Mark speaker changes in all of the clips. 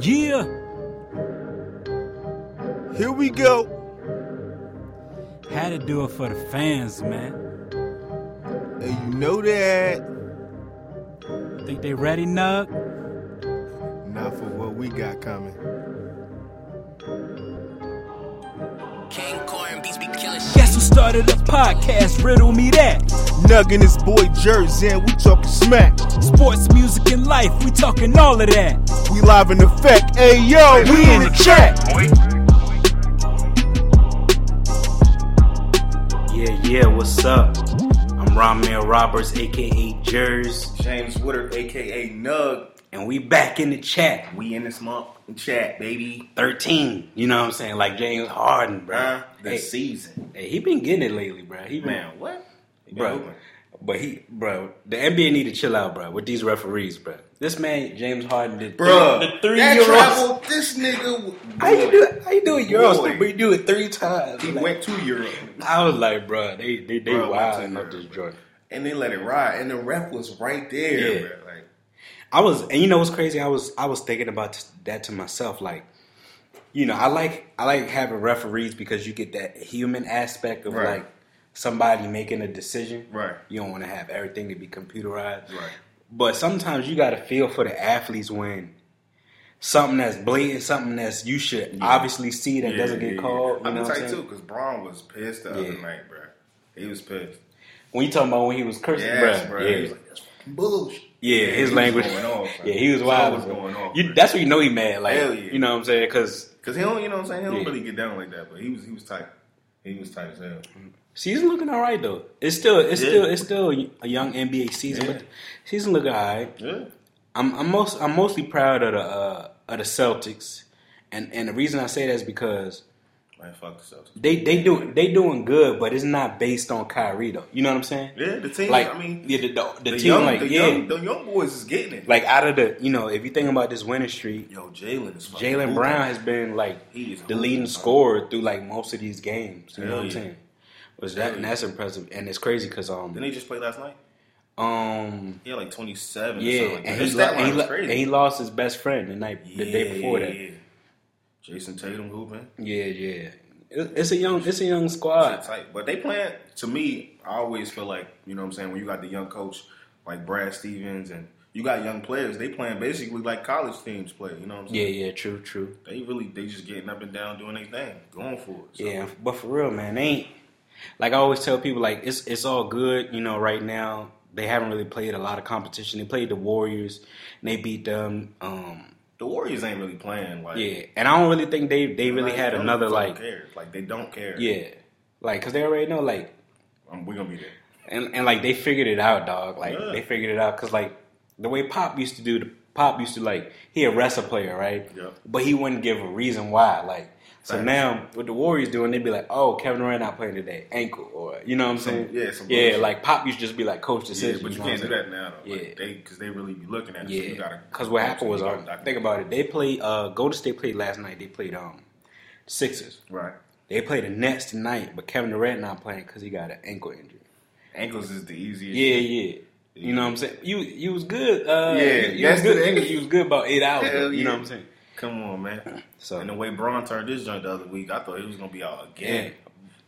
Speaker 1: Yeah.
Speaker 2: Here we go.
Speaker 1: Had to do it for the fans, man.
Speaker 2: And you know that.
Speaker 1: Think they ready, Nug?
Speaker 2: Not for what we got coming.
Speaker 3: King Corn beats be killing shit.
Speaker 1: Guess who started a podcast? Riddle me that.
Speaker 2: Nug and his boy Jersey, and we talking smack.
Speaker 1: Sports, music, and life, we talking all of that.
Speaker 2: We live in effect. Hey yo, we in the track.
Speaker 4: Yeah, yeah, what's up? I'm Ramel Roberts, aka Jers,
Speaker 5: James Woodard, aka Nug.
Speaker 4: and we back in the chat.
Speaker 5: We in this month chat, baby.
Speaker 4: 13, you know what I'm saying? Like James Harden, bro.
Speaker 5: Huh? The
Speaker 4: hey,
Speaker 5: season.
Speaker 4: hey, he been getting it lately, bro. He been,
Speaker 5: Man, what? It been
Speaker 4: bro.
Speaker 5: open.
Speaker 4: But he, bro, the NBA need to chill out, bro, with these referees, bro. This man, James Harden, did
Speaker 5: Bruh,
Speaker 4: the three
Speaker 5: that
Speaker 4: Euros.
Speaker 5: travel, this nigga.
Speaker 4: How you do it? How you do it,
Speaker 5: Boy.
Speaker 4: Euros? But you do it three times.
Speaker 5: He
Speaker 4: Like,
Speaker 5: went to Europe
Speaker 4: I was like, bro, they they they
Speaker 5: Bro, went to
Speaker 4: wilding up
Speaker 5: Europe.
Speaker 4: this joint.
Speaker 5: and they let it ride, and the ref was right there.
Speaker 4: Yeah.
Speaker 5: bruh, Like,
Speaker 4: I was, and you know what's crazy? I was, I was thinking about t- that to myself. Like, you know, I like, I like having referees because you get that human aspect of
Speaker 5: Right.
Speaker 4: like somebody making a decision.
Speaker 5: Right.
Speaker 4: You don't want to have everything to be computerized.
Speaker 5: Right.
Speaker 4: But sometimes you got to feel for the athletes when something that's blatant, something that's you should obviously see that
Speaker 5: yeah,
Speaker 4: doesn't
Speaker 5: yeah,
Speaker 4: get
Speaker 5: yeah.
Speaker 4: called. You
Speaker 5: I'm
Speaker 4: know what I'm
Speaker 5: tight too,
Speaker 4: saying?
Speaker 5: because Braun was pissed the
Speaker 4: Yeah.
Speaker 5: other night, bro. He was pissed.
Speaker 4: When you talking about when he was cursing,
Speaker 5: Yes,
Speaker 4: bruh,
Speaker 5: bro.
Speaker 4: yeah.
Speaker 5: He was like, that's fucking bullshit.
Speaker 4: Yeah,
Speaker 5: he
Speaker 4: his
Speaker 5: was
Speaker 4: language.
Speaker 5: going off,
Speaker 4: yeah,
Speaker 5: man.
Speaker 4: he was
Speaker 5: His
Speaker 4: wild.
Speaker 5: all was going off,
Speaker 4: You-
Speaker 5: man.
Speaker 4: that's when you know he mad. Like,
Speaker 5: Hell yeah.
Speaker 4: you know what I'm saying? Because
Speaker 5: Because he don't, you know what I'm saying? He don't
Speaker 4: Yeah.
Speaker 5: really get down like that, but he was, he was tight. He was tight as hell.
Speaker 4: season looking all right though. It's still, it's
Speaker 5: Yeah.
Speaker 4: still, it's still a young NBA season,
Speaker 5: Yeah.
Speaker 4: but season looking all right.
Speaker 5: Yeah.
Speaker 4: I'm, I'm most, I'm mostly proud of the uh, of the Celtics, and and the reason I say that is because
Speaker 5: Man, fuck the Celtics.
Speaker 4: they they do they doing good, but it's not based on Kyrie though. You know what I'm saying?
Speaker 5: Yeah, the team,
Speaker 4: Like,
Speaker 5: I mean,
Speaker 4: yeah, the, the, the
Speaker 5: The
Speaker 4: team,
Speaker 5: young,
Speaker 4: like,
Speaker 5: the,
Speaker 4: yeah,
Speaker 5: young, the young boys is getting it.
Speaker 4: like out of the, you know, if you think about this winning streak,
Speaker 5: Yo, Jalen is fucking
Speaker 4: Jalen
Speaker 5: hooping.
Speaker 4: Brown has been like
Speaker 5: He is
Speaker 4: the
Speaker 5: hooping,
Speaker 4: leading
Speaker 5: bro.
Speaker 4: scorer through like most of these games. You know
Speaker 5: Hell
Speaker 4: what I'm
Speaker 5: yeah.
Speaker 4: saying? Was that and that's impressive, and it's crazy because
Speaker 5: Didn't
Speaker 4: um
Speaker 5: he just play last night?
Speaker 4: um
Speaker 5: He had like 27
Speaker 4: yeah,
Speaker 5: or something like that.
Speaker 4: and,
Speaker 5: His
Speaker 4: he,
Speaker 5: stat
Speaker 4: lo-
Speaker 5: line
Speaker 4: and, he
Speaker 5: was
Speaker 4: lo-
Speaker 5: crazy.
Speaker 4: and he lost his best friend the night the day
Speaker 5: Yeah,
Speaker 4: before
Speaker 5: yeah,
Speaker 4: that.
Speaker 5: yeah. Jason Tatum hooping.
Speaker 4: Yeah, yeah. It- It's a young it's a young squad.
Speaker 5: Tight. But they playing, to me, I always feel like, you know what I'm saying, when you got the young coach like Brad Stevens and you got young players, they playing basically like college teams play, you know what I'm
Speaker 4: Yeah,
Speaker 5: saying?
Speaker 4: yeah, true, true.
Speaker 5: They really, they just getting up and down doing their thing, going for it. So,
Speaker 4: Yeah, but for real, man, they ain't like I always tell people like it's it's all good, you know, right now. They haven't really played a lot of competition. They played the Warriors and they beat them. Um
Speaker 5: The Warriors ain't really playing. Like,
Speaker 4: Yeah, and I don't really think they they really
Speaker 5: like,
Speaker 4: had
Speaker 5: they don't
Speaker 4: another
Speaker 5: fucking
Speaker 4: like
Speaker 5: care. Like, they don't care.
Speaker 4: yeah, like because they already know like
Speaker 5: Um, we going to be there.
Speaker 4: and and like they figured it out, dog. Like
Speaker 5: Yeah.
Speaker 4: they figured it out because like the way Pop used to do, the Pop used to like he a wrestler player, right?
Speaker 5: Yep.
Speaker 4: But he wouldn't give a reason why, like. So
Speaker 5: Facts.
Speaker 4: now, what the Warriors doing? They'd be like, "Oh, Kevin Durant not playing today, ankle," or you know what I'm
Speaker 5: Some-
Speaker 4: saying?
Speaker 5: yeah, some
Speaker 4: yeah.
Speaker 5: bullshit.
Speaker 4: Like Pop used to just be like, "Coach
Speaker 5: Yeah,
Speaker 4: decision."
Speaker 5: but you
Speaker 4: know
Speaker 5: can't do
Speaker 4: what I'm
Speaker 5: that now. Though.
Speaker 4: Yeah.
Speaker 5: Like, they because they really be looking at it.
Speaker 4: saying?
Speaker 5: So you
Speaker 4: Yeah,
Speaker 5: gotta.
Speaker 4: because what happened was,
Speaker 5: you
Speaker 4: um,
Speaker 5: gotta document.
Speaker 4: think about it. They played uh, Golden State played last night. They played um, Sixers.
Speaker 5: Right.
Speaker 4: They play the Nets tonight, but Kevin Durant not playing because he got an ankle injury.
Speaker 5: Ankles is the easiest.
Speaker 4: Yeah, yeah. You know what I'm saying? You you was good. Uh,
Speaker 5: Yeah,
Speaker 4: you- you
Speaker 5: that's
Speaker 4: was
Speaker 5: the
Speaker 4: good.
Speaker 5: thing.
Speaker 4: You was good about eight hours.
Speaker 5: Hell
Speaker 4: though, You know
Speaker 5: yeah.
Speaker 4: what I'm saying?
Speaker 5: Come on, man.
Speaker 4: So-
Speaker 5: and the way Braun turned this joint the other week, I thought he was gonna be out again.
Speaker 4: Yeah.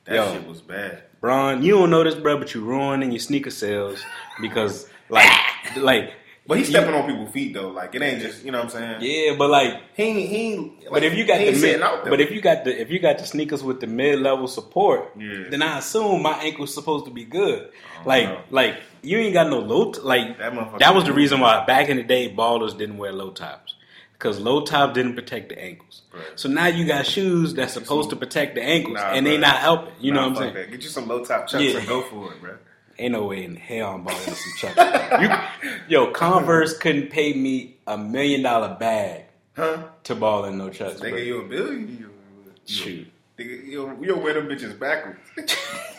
Speaker 5: That
Speaker 4: Yo.
Speaker 5: shit was bad.
Speaker 4: Bron, you don't know this, bro, but you ruining your sneaker sales because like like.
Speaker 5: But he's
Speaker 4: you-
Speaker 5: stepping on people's feet though. Like it ain't just you know what I'm saying.
Speaker 4: Yeah, but like,
Speaker 5: He ain't- he. ain't- Like,
Speaker 4: but if you got
Speaker 5: he
Speaker 4: the
Speaker 5: ain't
Speaker 4: mid,
Speaker 5: sitting out there.
Speaker 4: but if you got the if you got the sneakers with the mid level support,
Speaker 5: Yeah.
Speaker 4: then I assume my ankle's supposed to be good. Like
Speaker 5: know.
Speaker 4: like you ain't got no low t- like
Speaker 5: That motherfucker-
Speaker 4: that was the reason why back in the day ballers didn't wear low tops because low tops didn't protect the ankles.
Speaker 5: Right.
Speaker 4: So now you got shoes that's supposed to protect the ankles
Speaker 5: Nah,
Speaker 4: and they
Speaker 5: bruh.
Speaker 4: not helping. You
Speaker 5: Nah,
Speaker 4: know what I'm
Speaker 5: fuck
Speaker 4: saying?
Speaker 5: that. Get you some low top chucks
Speaker 4: Yeah.
Speaker 5: and go for it, bro.
Speaker 4: Ain't no way in hell I'm balling some Chuck. you, yo, Converse couldn't pay me a million dollar bag
Speaker 5: Huh?
Speaker 4: to ball in no Chucks.
Speaker 5: Nigga,
Speaker 4: bruh.
Speaker 5: you a billion? You-
Speaker 4: Shoot.
Speaker 5: Nigga, you'll, you'll wear them bitches backwards.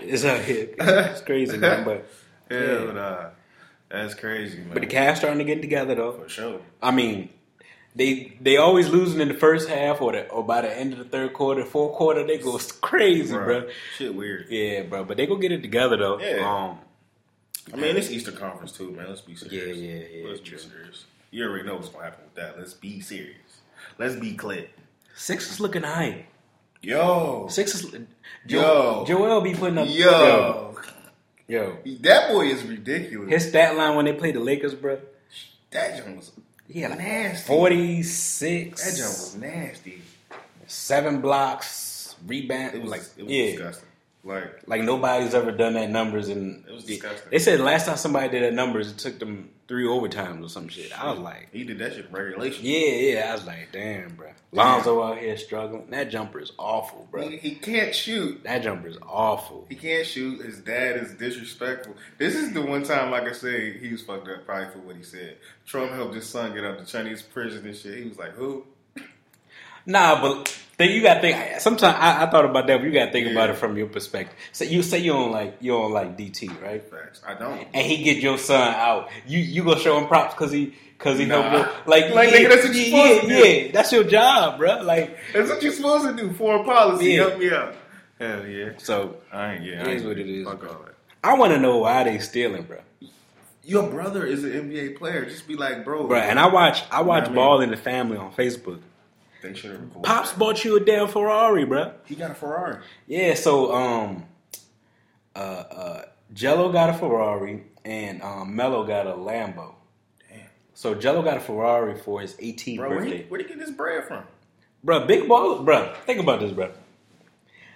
Speaker 4: It's out here. It's crazy, man. But
Speaker 5: Hell nah. That's crazy, man.
Speaker 4: but the Cavs starting to get together though.
Speaker 5: For sure.
Speaker 4: I mean, they they always losing in the first half or the, or by the end of the third quarter, fourth quarter they go crazy,
Speaker 5: Bruh,
Speaker 4: bro.
Speaker 5: Shit weird.
Speaker 4: Yeah, bro. But they go get it together though.
Speaker 5: Yeah.
Speaker 4: Um,
Speaker 5: I mean, it's Easter conference too, man. Let's be serious.
Speaker 4: Yeah, yeah, yeah,
Speaker 5: Let's
Speaker 4: true.
Speaker 5: be serious. You already know what's gonna happen with that. Let's be serious. Let's be clear.
Speaker 4: Six is looking high.
Speaker 5: Yo,
Speaker 4: Six is.
Speaker 5: Yo.
Speaker 4: Jo- Joel be putting up.
Speaker 5: yo,
Speaker 4: Yo.
Speaker 5: that boy is ridiculous.
Speaker 4: His stat line when they played the Lakers, bro.
Speaker 5: that jump was
Speaker 4: He had like
Speaker 5: nasty.
Speaker 4: 46.
Speaker 5: That jump was nasty.
Speaker 4: seven blocks, rebound.
Speaker 5: It was
Speaker 4: like
Speaker 5: like it was
Speaker 4: yeah,
Speaker 5: disgusting. Like
Speaker 4: like nobody's ever done that numbers, and
Speaker 5: It was disgusting.
Speaker 4: They said last time somebody did that numbers, it took them three overtimes or some shit. I was like,
Speaker 5: he did that shit in regulation.
Speaker 4: yeah, yeah. I was like, damn, bro. Lonzo out here struggling. That jumper is awful, bro.
Speaker 5: He, he can't shoot.
Speaker 4: That jumper is awful.
Speaker 5: He can't shoot. His dad is disrespectful. This is the one time, like I said, he was fucked up probably for what he said. Trump helped his son get out the Chinese prison and shit. He was like, "Who?"
Speaker 4: Nah, but then you got to think. Sometimes I, I thought about that, but you got to think
Speaker 5: Yeah.
Speaker 4: about it from your perspective. So you say you don't like you don't like DT, right?
Speaker 5: Facts. I don't.
Speaker 4: and he get your son out. You you gonna show him props because he because he
Speaker 5: Nah.
Speaker 4: helped you. Like,
Speaker 5: Like,
Speaker 4: yeah,
Speaker 5: nigga, that's what you
Speaker 4: yeah,
Speaker 5: supposed to
Speaker 4: yeah,
Speaker 5: do.
Speaker 4: yeah, that's your job, bro. Like,
Speaker 5: That's what you're supposed to do. Foreign policy.
Speaker 4: Yeah.
Speaker 5: Help me out. Hell yeah.
Speaker 4: so
Speaker 5: I ain't. Yeah.
Speaker 4: It
Speaker 5: I
Speaker 4: is
Speaker 5: ain't-
Speaker 4: what it is,
Speaker 5: Fuck
Speaker 4: bro.
Speaker 5: all that.
Speaker 4: I want to know why they stealing, bro.
Speaker 5: Your brother is an NBA player. Just be like, bro.
Speaker 4: Bro, and I watch I watch
Speaker 5: I mean-
Speaker 4: Ball in the Family on Facebook.
Speaker 5: They should have recorded.
Speaker 4: Pops bought you a damn Ferrari, bro.
Speaker 5: He got a Ferrari.
Speaker 4: Yeah, so um, uh, uh, Jello got a Ferrari and um, Mello got a Lambo. Damn. So Jello got a Ferrari for his 18th
Speaker 5: Bro, where
Speaker 4: birthday.
Speaker 5: he, where he get this bread from?
Speaker 4: Bruh, big ball, bruh. Think about this, bruh.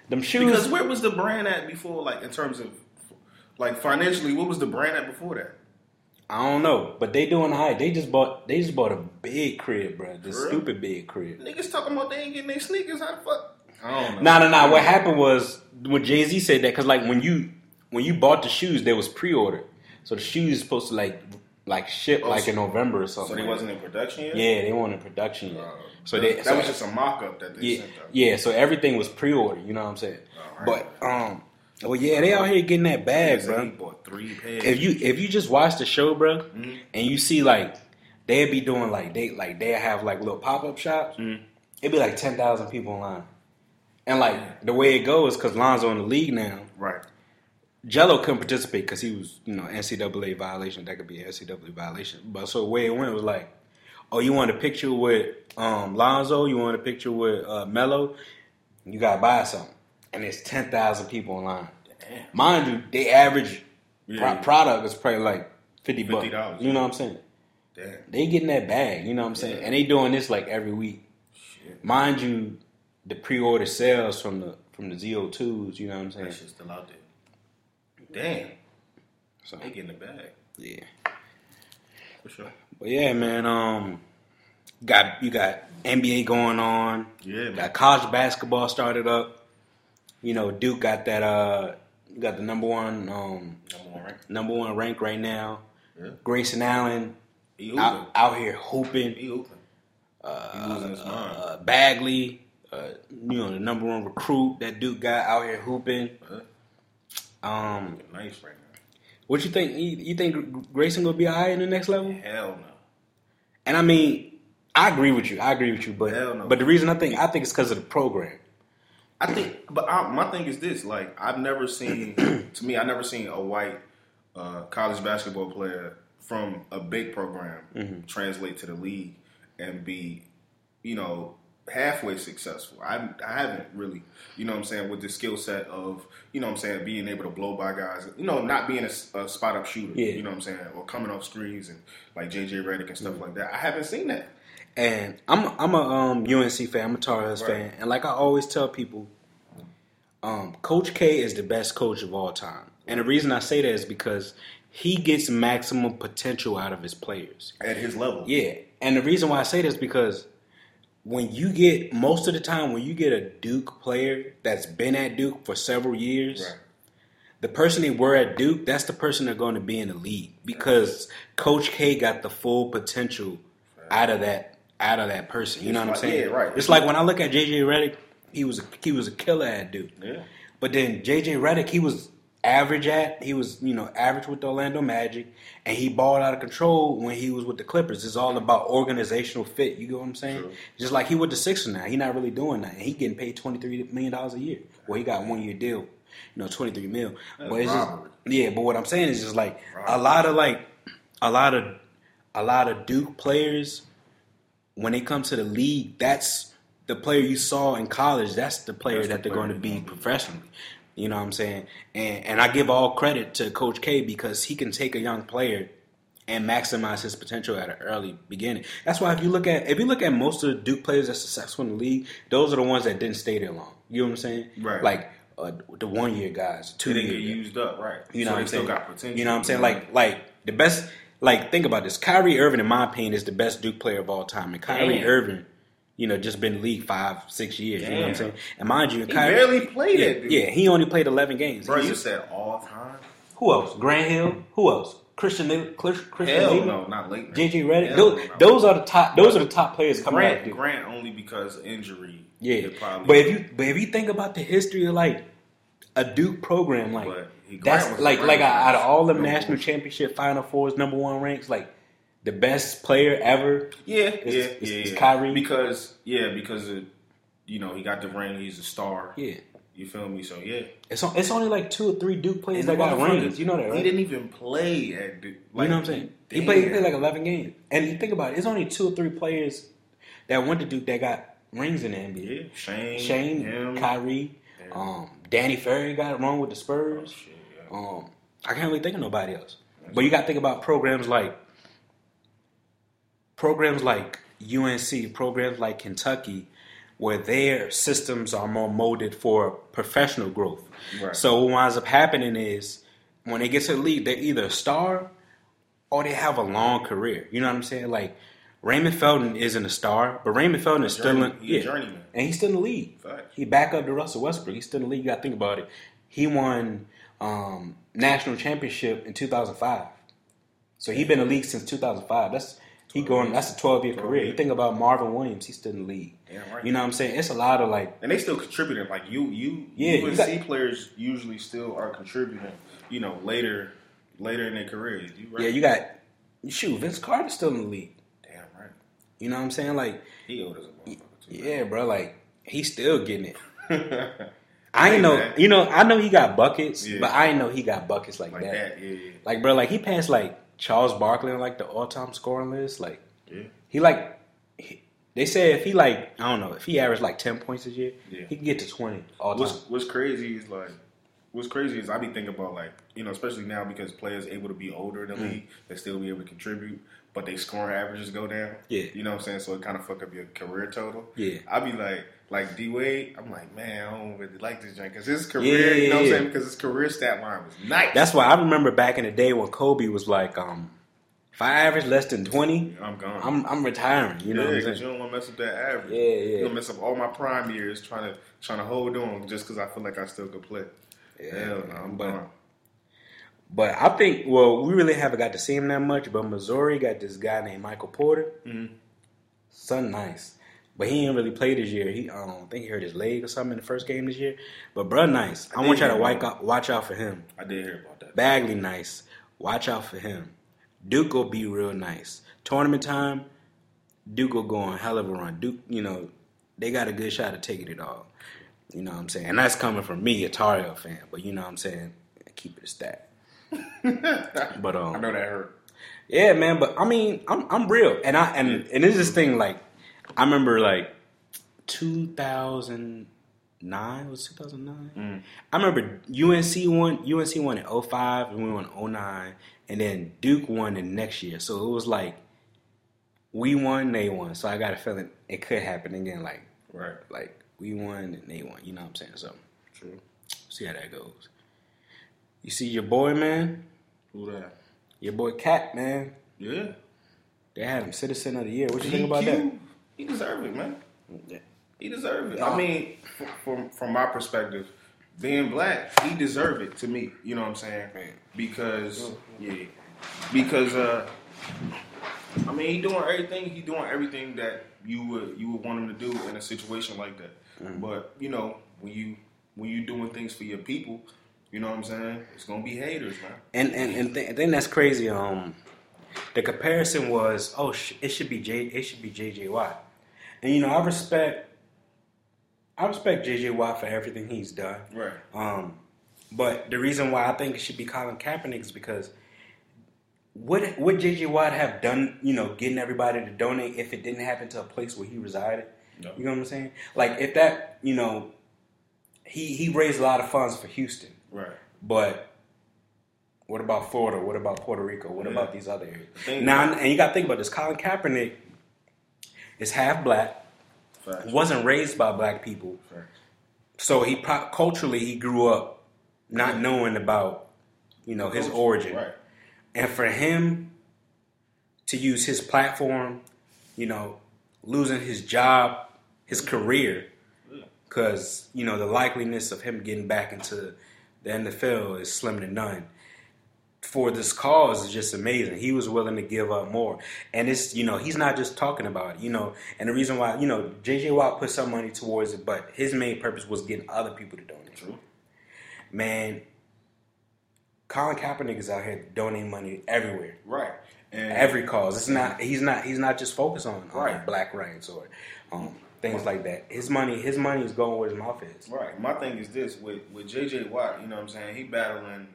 Speaker 4: Them shoes,
Speaker 5: Because where was the brand at before? Like in terms of, like financially, what was the brand at before that?
Speaker 4: I don't know, but they doing high. They just bought, they just bought a big crib, bruh. This
Speaker 5: For real?
Speaker 4: stupid big crib.
Speaker 5: Niggas talking about they ain't getting their sneakers. How the fuck? I don't know.
Speaker 4: Nah, nah, nah. What happened was when Jay Z said that, cause like when you when you bought the shoes, there was pre order, so the shoes supposed to like like ship
Speaker 5: Oh,
Speaker 4: like
Speaker 5: so-
Speaker 4: in November or something.
Speaker 5: So they wasn't in production yet.
Speaker 4: Yeah, they weren't in production yet.
Speaker 5: Uh,
Speaker 4: so
Speaker 5: that,
Speaker 4: they,
Speaker 5: that
Speaker 4: so-
Speaker 5: was just a mock up that they
Speaker 4: yeah,
Speaker 5: sent. Up.
Speaker 4: yeah. So everything was pre order. You know what I'm saying?
Speaker 5: Alright.
Speaker 4: But um, well, yeah, they out here getting that bag,
Speaker 5: So
Speaker 4: bro.
Speaker 5: he bought three pairs.
Speaker 4: if you if you just watch the show, bro, and you see like they'd be doing like they like they have like little pop up shops, it'd be like ten thousand people online, and like the way it goes because Lonzo in the league now,
Speaker 5: right.
Speaker 4: Jello couldn't participate because he was you know NCAA violation that could be an NCAA violation, but so the way it went was like, oh, you want a picture with um, Lonzo, you want a picture with uh, Mello, you gotta buy something, and there's ten thousand people online. Mind you, they average
Speaker 5: Yeah.
Speaker 4: pro- product is probably like fifty bucks.
Speaker 5: $50,
Speaker 4: You know what I'm saying?
Speaker 5: Damn.
Speaker 4: They getting that bag. You know what I'm saying? And they doing this like every week. Mind you, the pre-order sales from the from the ZO2s. You know what I'm saying?
Speaker 5: That shit's still out there. Damn.
Speaker 4: So
Speaker 5: They getting the bag
Speaker 4: yeah,
Speaker 5: for sure.
Speaker 4: but yeah, man. Um, got you got NBA going on.
Speaker 5: Yeah, man.
Speaker 4: got college basketball started up. You know, Duke got that. Uh, got the number one um
Speaker 5: Number one ranked.
Speaker 4: number one rank right now.
Speaker 5: Yeah.
Speaker 4: Grayson Allen
Speaker 5: He hooping.
Speaker 4: out, out here hooping.
Speaker 5: He hooping. he losing his mind.
Speaker 4: uh, Bagley, uh, you know, the number one recruit that Duke got out here hooping.
Speaker 5: Huh?
Speaker 4: Um,
Speaker 5: nice right now.
Speaker 4: what you think? You, you think Grayson gonna be all right in the next level?
Speaker 5: Hell no.
Speaker 4: And I mean, I agree with you. I agree with you, but
Speaker 5: Hell no.
Speaker 4: but the reason I think I think it's because of the program.
Speaker 5: I think, but I, my thing is this: like, I've never seen. to me, I've never seen a white uh, college basketball player from a big program translate to the league and be, you know, halfway successful. I, I haven't really, you know, what I'm saying, with the skill set of, you know, what I'm saying, being able to blow by guys, you know, not being a, spot up shooter,
Speaker 4: Yeah.
Speaker 5: you know, what I'm saying, or coming off screens and like JJ Redick and stuff like that. I haven't seen that.
Speaker 4: And I'm I'm a um, UNC fan. I'm a Tar Heels
Speaker 5: Right.
Speaker 4: fan. And like I always tell people, um, Coach K is the best coach of all time. And the reason I say that is because he gets maximum potential out of his players.
Speaker 5: At his level,
Speaker 4: Yeah, and the reason why I say this because when you get most of the time when you get a Duke player that's been at Duke for several years,
Speaker 5: Right.
Speaker 4: the person they were at Duke, that's the person they're going to be in the league because Coach K got the full potential out of that out of that person. You know what
Speaker 5: like-
Speaker 4: I'm saying?
Speaker 5: yeah, right.
Speaker 4: It's like when I look at JJ Redick, he was a, he was a killer at Duke.
Speaker 5: yeah,
Speaker 4: But then JJ Redick, he was average at. He was, you know, average with the Orlando Magic, and he balled out of control when he was with the Clippers. It's all about organizational fit. You get what I'm saying? Just like he with the Sixers now, he not really doing that. He getting paid twenty three million dollars a year. Well, he got one year deal, you know, twenty three mil. but it's just
Speaker 5: robbery.
Speaker 4: yeah. But what I'm saying is just like a lot of like a lot of a lot of Duke players, when they come to the league, that's the player you saw in college. That's the player that they're going to be professionally. You know what I'm saying? And and I give all credit to Coach K because he can take a young player and maximize his potential at an early beginning. That's why if you look at if you look at most of the Duke players that's successful in the league, those are the ones that didn't stay there long. You know what I'm saying?
Speaker 5: Right.
Speaker 4: Like uh, the one year guys, two
Speaker 5: They
Speaker 4: year
Speaker 5: didn't get used up, right?
Speaker 4: you know
Speaker 5: so
Speaker 4: what
Speaker 5: they
Speaker 4: I'm
Speaker 5: still
Speaker 4: saying?
Speaker 5: got potential.
Speaker 4: You know what I'm saying? Like like the best like think about this. Kyrie Irving, in my opinion, is the best Duke player of all time. And Kyrie
Speaker 5: Damn.
Speaker 4: Irving, you know, just been in the league five, six years. You know what I'm
Speaker 5: Damn.
Speaker 4: saying? And mind you,
Speaker 5: he
Speaker 4: Kyrie
Speaker 5: barely played
Speaker 4: yeah,
Speaker 5: it, dude.
Speaker 4: yeah, he only played eleven games.
Speaker 5: Bro,
Speaker 4: He
Speaker 5: you
Speaker 4: was-
Speaker 5: said all time?
Speaker 4: who else? Grant Hill? Who else? Christian Le- Chris- Christian
Speaker 5: Hell
Speaker 4: Lever?
Speaker 5: no, not late.
Speaker 4: JJ Redick?
Speaker 5: Hell
Speaker 4: Those,
Speaker 5: no.
Speaker 4: those are the top those are the top players coming out.
Speaker 5: Grant,
Speaker 4: dude.
Speaker 5: Grant only because of injury.
Speaker 4: Yeah,
Speaker 5: It probably-
Speaker 4: but if you but if you think about the history of like a Duke program, like
Speaker 5: But he- Grant
Speaker 4: that's
Speaker 5: was
Speaker 4: like
Speaker 5: great.
Speaker 4: like out of all them
Speaker 5: Number
Speaker 4: national
Speaker 5: one.
Speaker 4: championship Final Fours, number one ranks, like the best player ever.
Speaker 5: Yeah,
Speaker 4: It's-
Speaker 5: yeah,
Speaker 4: it's-
Speaker 5: yeah,
Speaker 4: it's
Speaker 5: yeah.
Speaker 4: Kyrie.
Speaker 5: because yeah, because of, you know he got the ring. He's a star.
Speaker 4: Yeah,
Speaker 5: you feel me? So yeah,
Speaker 4: it's on, it's only like two or three Duke players that
Speaker 5: And
Speaker 4: got
Speaker 5: motherfucker,
Speaker 4: rings. You know that,
Speaker 5: He
Speaker 4: right?
Speaker 5: didn't even play at Duke.
Speaker 4: you know what I'm saying? He played, he played like 11 games, and you think about it, it's only two or three players that went to Duke that got rings in the NBA.
Speaker 5: yeah, Shane,
Speaker 4: Shane,
Speaker 5: him.
Speaker 4: Kyrie, um, Danny Ferry got it wrong with the Spurs.
Speaker 5: Oh, Shit, yeah.
Speaker 4: Um, I can't really think of nobody else. But you got to think about programs like programs like UNC, programs like Kentucky, where their systems are more molded for professional growth.
Speaker 5: Right.
Speaker 4: So what winds up happening is when they get to the league, they're either a star or they have a long career. You know what I'm saying? Like Raymond Felton isn't a star, but Raymond Felton is still in
Speaker 5: Journey- he a journeyman.
Speaker 4: and he's still in the league.
Speaker 5: Facts.
Speaker 4: He back up to Russell Westbrook. He's still in the league. You got to think about it. He won um, national championship in 2005, so he been in the league since 2005. That's he going. That's a 12 year career. You think about Marvin Williams. He's still in the league.
Speaker 5: Yeah, right.
Speaker 4: You know what I'm saying? It's a lot of like
Speaker 5: and they still contributing. Like you, you,
Speaker 4: Yeah, you
Speaker 5: UNC
Speaker 4: got-
Speaker 5: players usually still are contributing. You know, later, later in their careers. You right?
Speaker 4: yeah. You got shoot Vince Carter's still in the league.
Speaker 5: damn right.
Speaker 4: You know what I'm saying? Like
Speaker 5: He old as a motherfucker too.
Speaker 4: yeah, bro. Like he's still getting it.
Speaker 5: man.
Speaker 4: I ain't know.
Speaker 5: man.
Speaker 4: You know. I know he got buckets,
Speaker 5: Yeah.
Speaker 4: but I ain't know he got buckets like,
Speaker 5: like
Speaker 4: that.
Speaker 5: that. Yeah, yeah,
Speaker 4: Like, bro, like he passed like Charles Barkley on like the all time scoring list. Like,
Speaker 5: yeah.
Speaker 4: he like he, they say if he like I don't know if he averaged like ten points a year,
Speaker 5: Yeah.
Speaker 4: he can get to twenty all time.
Speaker 5: What's What's crazy is like, what's crazy is I be thinking about like, you know, especially now because players able to be older in the
Speaker 4: Mm.
Speaker 5: league, they still be able to contribute, but they scoring averages go down.
Speaker 4: Yeah.
Speaker 5: you know what I'm saying. So it kind of fuck up your career total.
Speaker 4: Yeah.
Speaker 5: I be like, like D Wade, I'm like, man, I don't really like this joint because his
Speaker 4: Yeah,
Speaker 5: career,
Speaker 4: yeah,
Speaker 5: you know what I'm
Speaker 4: yeah.
Speaker 5: saying, because his career stat line was nice.
Speaker 4: That's why I remember back in the day when Kobe was like, um, if I average less than twenty,
Speaker 5: I'm gone.
Speaker 4: I'm I'm retiring. You know
Speaker 5: yeah,
Speaker 4: what I'm
Speaker 5: because you
Speaker 4: saying?
Speaker 5: don't want to mess up that average.
Speaker 4: Yeah, yeah.
Speaker 5: You gonna mess up all my prime years trying to trying to hold on just because I feel like I still could play. Hell no, I'm
Speaker 4: but-
Speaker 5: gone.
Speaker 4: But I think well, we really haven't got to see him that much. But Missouri got this guy named Michael Porter.
Speaker 5: Mm-hmm.
Speaker 4: Son, nice. But he ain't really played this year. He I don't think he hurt his leg or something in the first game this year. But bruh, nice. I, want y'all to
Speaker 5: hear
Speaker 4: watch
Speaker 5: that.
Speaker 4: out, watch out for him.
Speaker 5: I did hear about that.
Speaker 4: Bagley, nice. Watch out for him. Duke will be real nice. Tournament time, Duke will go on hell of a run. Duke, you know, they got a good shot of taking it all. You know what I'm saying? And that's coming from me, a Tar Heel fan. But you know what I'm saying? Keep it a stat. but um,
Speaker 5: I know that hurt.
Speaker 4: yeah, man. But I mean, I'm I'm real, and I and and it's this thing like I remember like 2009 was 2009. I remember UNC won UNC won in 05 and we won in 09, and then Duke won the next year. So it was like we won, they won. So I got a feeling it could happen again. Like
Speaker 5: Right.
Speaker 4: like we won and they won. You know what I'm saying? So
Speaker 5: True.
Speaker 4: see how that goes. You see your boy, man.
Speaker 5: Who that?
Speaker 4: Your boy Cat, man.
Speaker 5: Yeah.
Speaker 4: They had him citizen of the year. What you think about that?
Speaker 5: GQ, He deserved it, man. He deserved it. I mean, f- from from my perspective, being black, he deserved it to me. You know what I'm saying? Because
Speaker 4: Mm-hmm.
Speaker 5: yeah, because uh, I mean, he doing everything. He doing everything that you would you would want him to do in a situation like that.
Speaker 4: Mm-hmm.
Speaker 5: But you know, when you when you doing things for your people, you know what I'm saying? It's gonna be haters, man.
Speaker 4: And and and th- then that's crazy. Um, the comparison was, oh, sh- it should be J, it should be JJ Watt. And you know, I respect, I respect JJ Watt for everything he's done.
Speaker 5: Right.
Speaker 4: Um, but the reason why I think it should be Colin Kaepernick is because would would JJ Watt have done, you know, getting everybody to donate if it didn't happen to a place where he resided?
Speaker 5: No.
Speaker 4: You know what I'm saying? Like if that, you know, he he raised a lot of funds for Houston,
Speaker 5: Right.
Speaker 4: but what about Florida? What about Puerto Rico? What about these other
Speaker 5: thing-
Speaker 4: areas? Now, and you got to think about this. Colin Kaepernick is half black,
Speaker 5: Facts.
Speaker 4: wasn't raised by black people,
Speaker 5: Facts.
Speaker 4: so he pro- culturally he grew up not knowing about, you know, his origin.
Speaker 5: Right.
Speaker 4: And for him to use his platform, you know, losing his job, his career, because, you know, the likeliness of him getting back into the NFL is slim to none. For this cause is just amazing. He was willing to give up more. And it's, you know, he's not just talking about it, you know. And the reason why, you know, JJ Watt put some money towards it, but his main purpose was getting other people to donate.
Speaker 5: True.
Speaker 4: Man, Colin Kaepernick is out here donating money everywhere
Speaker 5: Right. And
Speaker 4: every cause. It's not he's not he's not just focused on, on
Speaker 5: Right.
Speaker 4: black rights or um, things like that. His money his money is going where his mouth is.
Speaker 5: Right. My thing is this with with JJ Watt, you know what I'm saying? He battling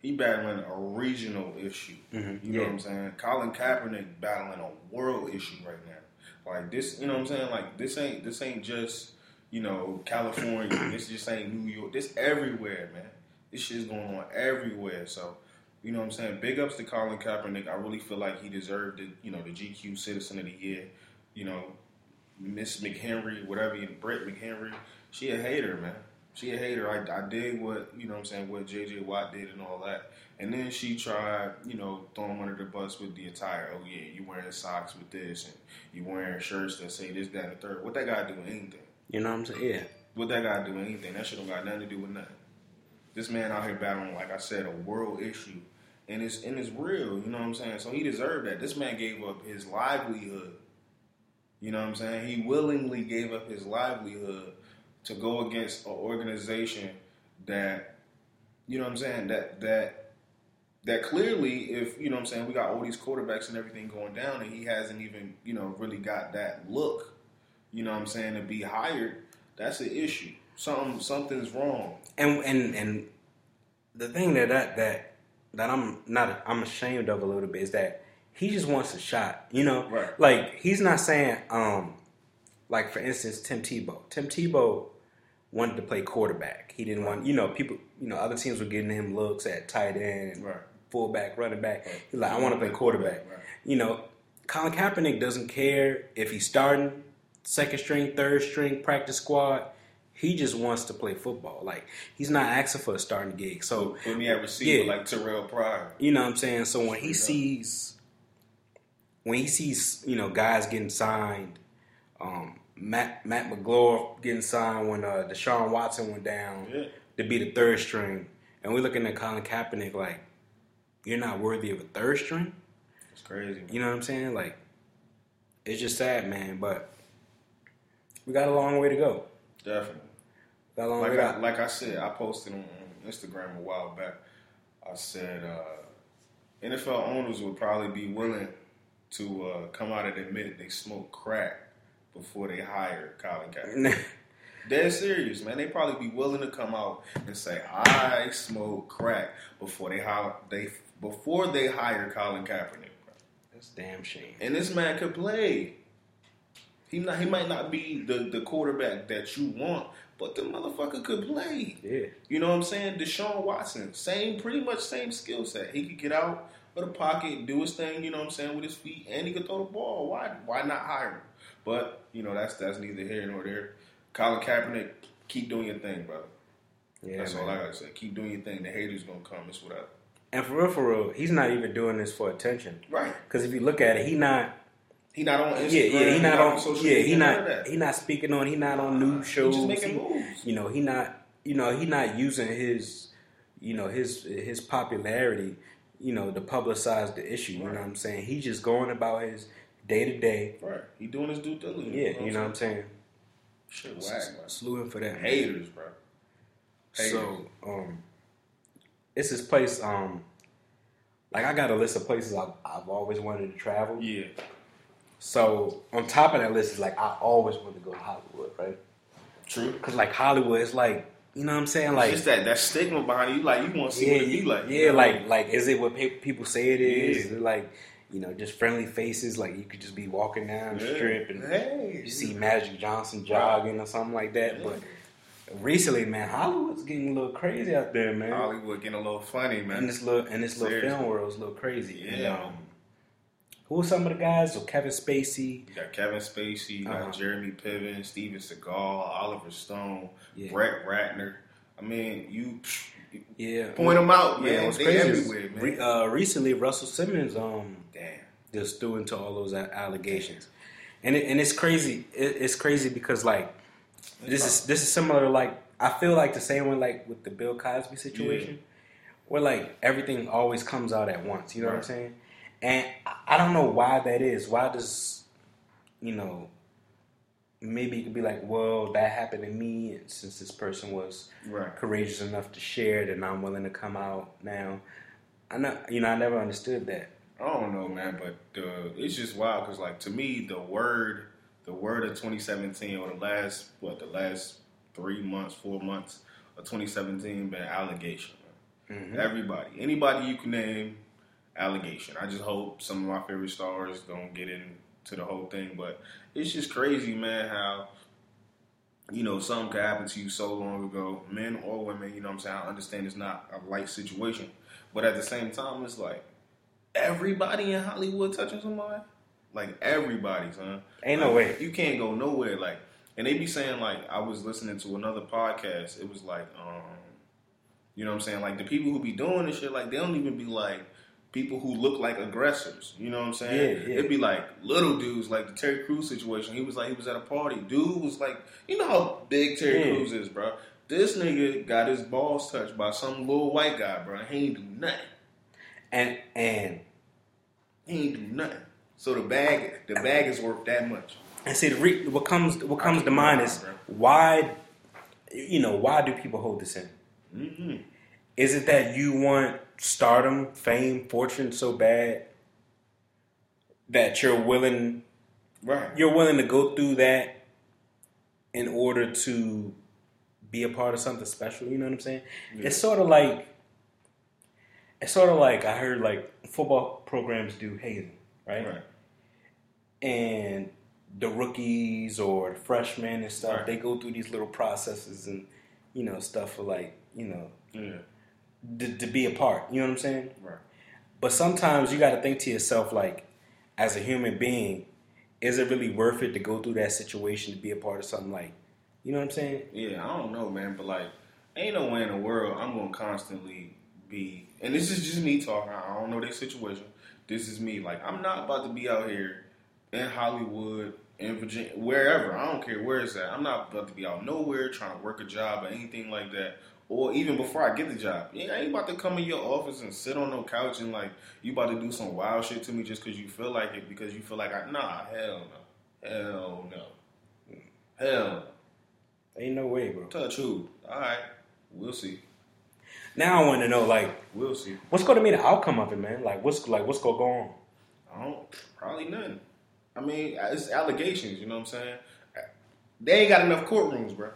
Speaker 5: he battling a regional issue. You know what I'm saying? Colin Kaepernick battling a world issue right now. Like this, you know what I'm saying? Like this ain't this ain't just, you know, California. this just ain't New York. This everywhere, man. This shit's going on everywhere. So, you know what I'm saying? Big ups to Colin Kaepernick. I really feel like he deserved the, you know, the GQ Citizen of the Year. You know, Miss McHenry, whatever, you Brett McHenry, she a hater, man. She a hater. I, I did what, you know what I'm saying, what JJ Watt did and all that. And then she tried, you know, throw him under the bus with the attire. Oh, yeah, you wearing socks with this and you wearing shirts that say this, that, and the third. What that got to do with anything?
Speaker 4: You know what I'm saying? Yeah.
Speaker 5: What that got to do with anything? That shit don't got nothing to do with nothing. This man out here battling, like I said, a world issue. And it's, and it's real, you know what I'm saying? So he deserved that. This man gave up his livelihood you know what I'm saying? He willingly gave up his livelihood to go against an organization that, you know what I'm saying, that that that clearly, if you know what I'm saying, we got all these quarterbacks and everything going down, and he hasn't even you know really got that look. You know what I'm saying to be hired, that's an issue. Something something's wrong.
Speaker 4: And and and the thing that that that, that I'm not I'm ashamed of a little bit is that he just wants a shot. You know,
Speaker 5: Right.
Speaker 4: like he's not saying um like for instance Tim Tebow. Tim Tebow wanted to play quarterback. He didn't want you know people you know other teams were getting him looks at tight end and
Speaker 5: Right.
Speaker 4: fullback, running back. He's like I want to play quarterback.
Speaker 5: Right.
Speaker 4: You know, Colin Kaepernick doesn't care if he's starting second string, third string, practice squad. He just wants to play football. Like he's not asking for a starting gig. So
Speaker 5: Put me at receiver
Speaker 4: Yeah.
Speaker 5: like Terrell Pryor.
Speaker 4: you know what I'm saying? So when he sees when he sees, you know, guys getting signed, um, Matt Matt McGlure getting signed when uh Deshaun Watson went down
Speaker 5: Yeah.
Speaker 4: to be the third string, and we're looking at Colin Kaepernick like, You're not worthy of a third string?
Speaker 5: It's crazy. Man.
Speaker 4: You know what I'm saying? Like, it's just sad, man. But we got a long way to go.
Speaker 5: Definitely.
Speaker 4: Got a long way
Speaker 5: like
Speaker 4: to
Speaker 5: I,
Speaker 4: go.
Speaker 5: like I said, I posted on on Instagram a while back. I said uh, NFL owners would probably be willing to uh, come out and admit they smoke crack before they hire Colin Kaepernick. They're serious, man. They probably be willing to come out and say I smoke crack before they hire they before they hire Colin Kaepernick.
Speaker 4: That's a damn shame.
Speaker 5: And this man could play. He not, he might not be the, the quarterback that you want, but the motherfucker could play.
Speaker 4: Yeah.
Speaker 5: You know what I'm saying? Deshaun Watson, same pretty much same skill set. He could get out of the pocket, do his thing, you know what I'm saying, with his feet, and he could throw the ball. Why why not hire him? But, you know, that's that's neither here nor there. Colin Kaepernick, keep doing your thing, brother.
Speaker 4: Yeah.
Speaker 5: that's
Speaker 4: man.
Speaker 5: all I gotta say. Keep doing your thing. The haters gonna come, it's whatever.
Speaker 4: and for real, for real, he's not even doing this for attention.
Speaker 5: Right.
Speaker 4: Because if you look at it, he not.
Speaker 5: He not on Instagram.
Speaker 4: Yeah, yeah, he not on.
Speaker 5: social
Speaker 4: Yeah,
Speaker 5: media,
Speaker 4: he
Speaker 5: none of
Speaker 4: not.
Speaker 5: that.
Speaker 4: He not speaking on. He not on news shows.
Speaker 5: making
Speaker 4: He-
Speaker 5: moves.
Speaker 4: You know, he not. You know, he not using his. You know his his popularity. You know to publicize the issue. You know what I'm saying. He just going about his day to day.
Speaker 5: Right. He doing his due diligence.
Speaker 4: Yeah, you know what I'm saying.
Speaker 5: Shit, whack, bro.
Speaker 4: Slew him for that.
Speaker 5: Haters, bro. Haters.
Speaker 4: So, um, it's this place. Um, like I got a list of places I've, I've always wanted to travel.
Speaker 5: yeah.
Speaker 4: So on top of that list is like I always wanted to go to Hollywood, right?
Speaker 5: True.
Speaker 4: Because like Hollywood, it's like You know what I'm saying? Like,
Speaker 5: just that that stigma behind it. you. Like you want to see
Speaker 4: yeah,
Speaker 5: what it be
Speaker 4: you-
Speaker 5: like.
Speaker 4: yeah,
Speaker 5: you know?
Speaker 4: like like is it what pe- people say it is?
Speaker 5: Yeah.
Speaker 4: Is it like you know just friendly faces? Like you could just be walking down the
Speaker 5: Yeah.
Speaker 4: strip and
Speaker 5: Hey.
Speaker 4: you see Magic Johnson jogging or something like that. But recently, man, Hollywood's getting a little crazy out there, man.
Speaker 5: Hollywood getting a little funny,
Speaker 4: In
Speaker 5: man.
Speaker 4: this little in this little
Speaker 5: Seriously.
Speaker 4: film world, it's a little crazy.
Speaker 5: Yeah.
Speaker 4: And, um, who are some of the guys? So Kevin Spacey,
Speaker 5: You got Kevin Spacey, you
Speaker 4: Uh-huh.
Speaker 5: got Jeremy Piven, Steven Seagal, Oliver Stone,
Speaker 4: Yeah.
Speaker 5: Brett Ratner. I mean, you
Speaker 4: yeah,
Speaker 5: point them out, man.
Speaker 4: Yeah, what's
Speaker 5: they
Speaker 4: crazy is
Speaker 5: everywhere, man.
Speaker 4: re- uh, recently Russell Simmons um
Speaker 5: Damn.
Speaker 4: just threw into all those a- allegations, and it, and it's crazy. It, it's crazy because like this is this is similar to like I feel like the same one like with the Bill Cosby situation, where like everything always comes out at once. You know what I'm
Speaker 5: Right.
Speaker 4: saying? And I- I don't know why that is. Why does you know? Maybe it could be like, well, that happened to me, and since this person was
Speaker 5: Right.
Speaker 4: courageous enough to share, then I'm willing to come out now. I know, you know, I never understood that.
Speaker 5: I don't know, man, but uh, it's just wild because, like, to me, the word, the word of 2017 or the last, what, the last three months, four months of 2017 been allegation. Man. Mm-hmm. Everybody, anybody you can name, allegation. I just hope some of my favorite stars don't get into the whole thing, but it's just crazy, man, how you know, something could happen to you so long ago, men or women, you know what I'm saying? I understand it's not a light situation. But at the same time, it's like everybody in Hollywood touching somebody. Like everybody, son.
Speaker 4: Ain't
Speaker 5: Like,
Speaker 4: no way.
Speaker 5: You can't go nowhere. Like and they be saying like I was listening to another podcast, it was like, um, you know what I'm saying? Like the people who be doing this shit, like they don't even be like people who look like aggressors. You know what I'm saying?
Speaker 4: Yeah, yeah.
Speaker 5: It'd be like little dudes, like the Terry Crews situation. He was like he was at a party. Dude was like, you know how big Terry
Speaker 4: Yeah.
Speaker 5: Crews is, bro. This nigga got his balls touched by some little white guy, bro. He ain't do nothing.
Speaker 4: And and
Speaker 5: He ain't do nothing. So the bag, the bag is worth that much.
Speaker 4: and see, the re- what comes what comes to mind is why, you know, why do people hold this in? Mm-hmm. Is it that you want stardom, fame, fortune so bad that you're willing
Speaker 5: Right.
Speaker 4: you're willing to go through that in order to be a part of something special. You know what I'm saying? It's sort of like it's sort of like I heard like football programs do hazing, right?
Speaker 5: Right.
Speaker 4: And the rookies or the freshmen and stuff,
Speaker 5: Right.
Speaker 4: they go through these little processes and you know stuff for like you know
Speaker 5: Yeah.
Speaker 4: to, to be a part. You know what I'm saying?
Speaker 5: Right.
Speaker 4: But sometimes you got to think to yourself, like, as a human being, is it really worth it to go through that situation to be a part of something like, you know what I'm saying?
Speaker 5: Yeah, I don't know, man, but like, ain't no way in the world I'm gonna constantly be. And this is just me talking. I don't know their situation. This is me. Like, I'm not about to be out here in Hollywood, in Virginia, wherever. I don't care where it's at. I'm not about to be out nowhere trying to work a job or anything like that. Or even before I get the job, yeah, I ain't about to come in your office and sit on no couch and like you about to do some wild shit to me just because you feel like it because you feel like I nah hell no hell no hell no.
Speaker 4: Ain't no way, bro.
Speaker 5: Touch who? All right, we'll see.
Speaker 4: Now I want to know, like,
Speaker 5: We'll see.
Speaker 4: what's going to be the outcome of it, man? Like, what's like what's going to go on?
Speaker 5: I don't. Probably nothing. I mean, it's allegations. You know what I'm saying? They ain't got enough courtrooms, bro.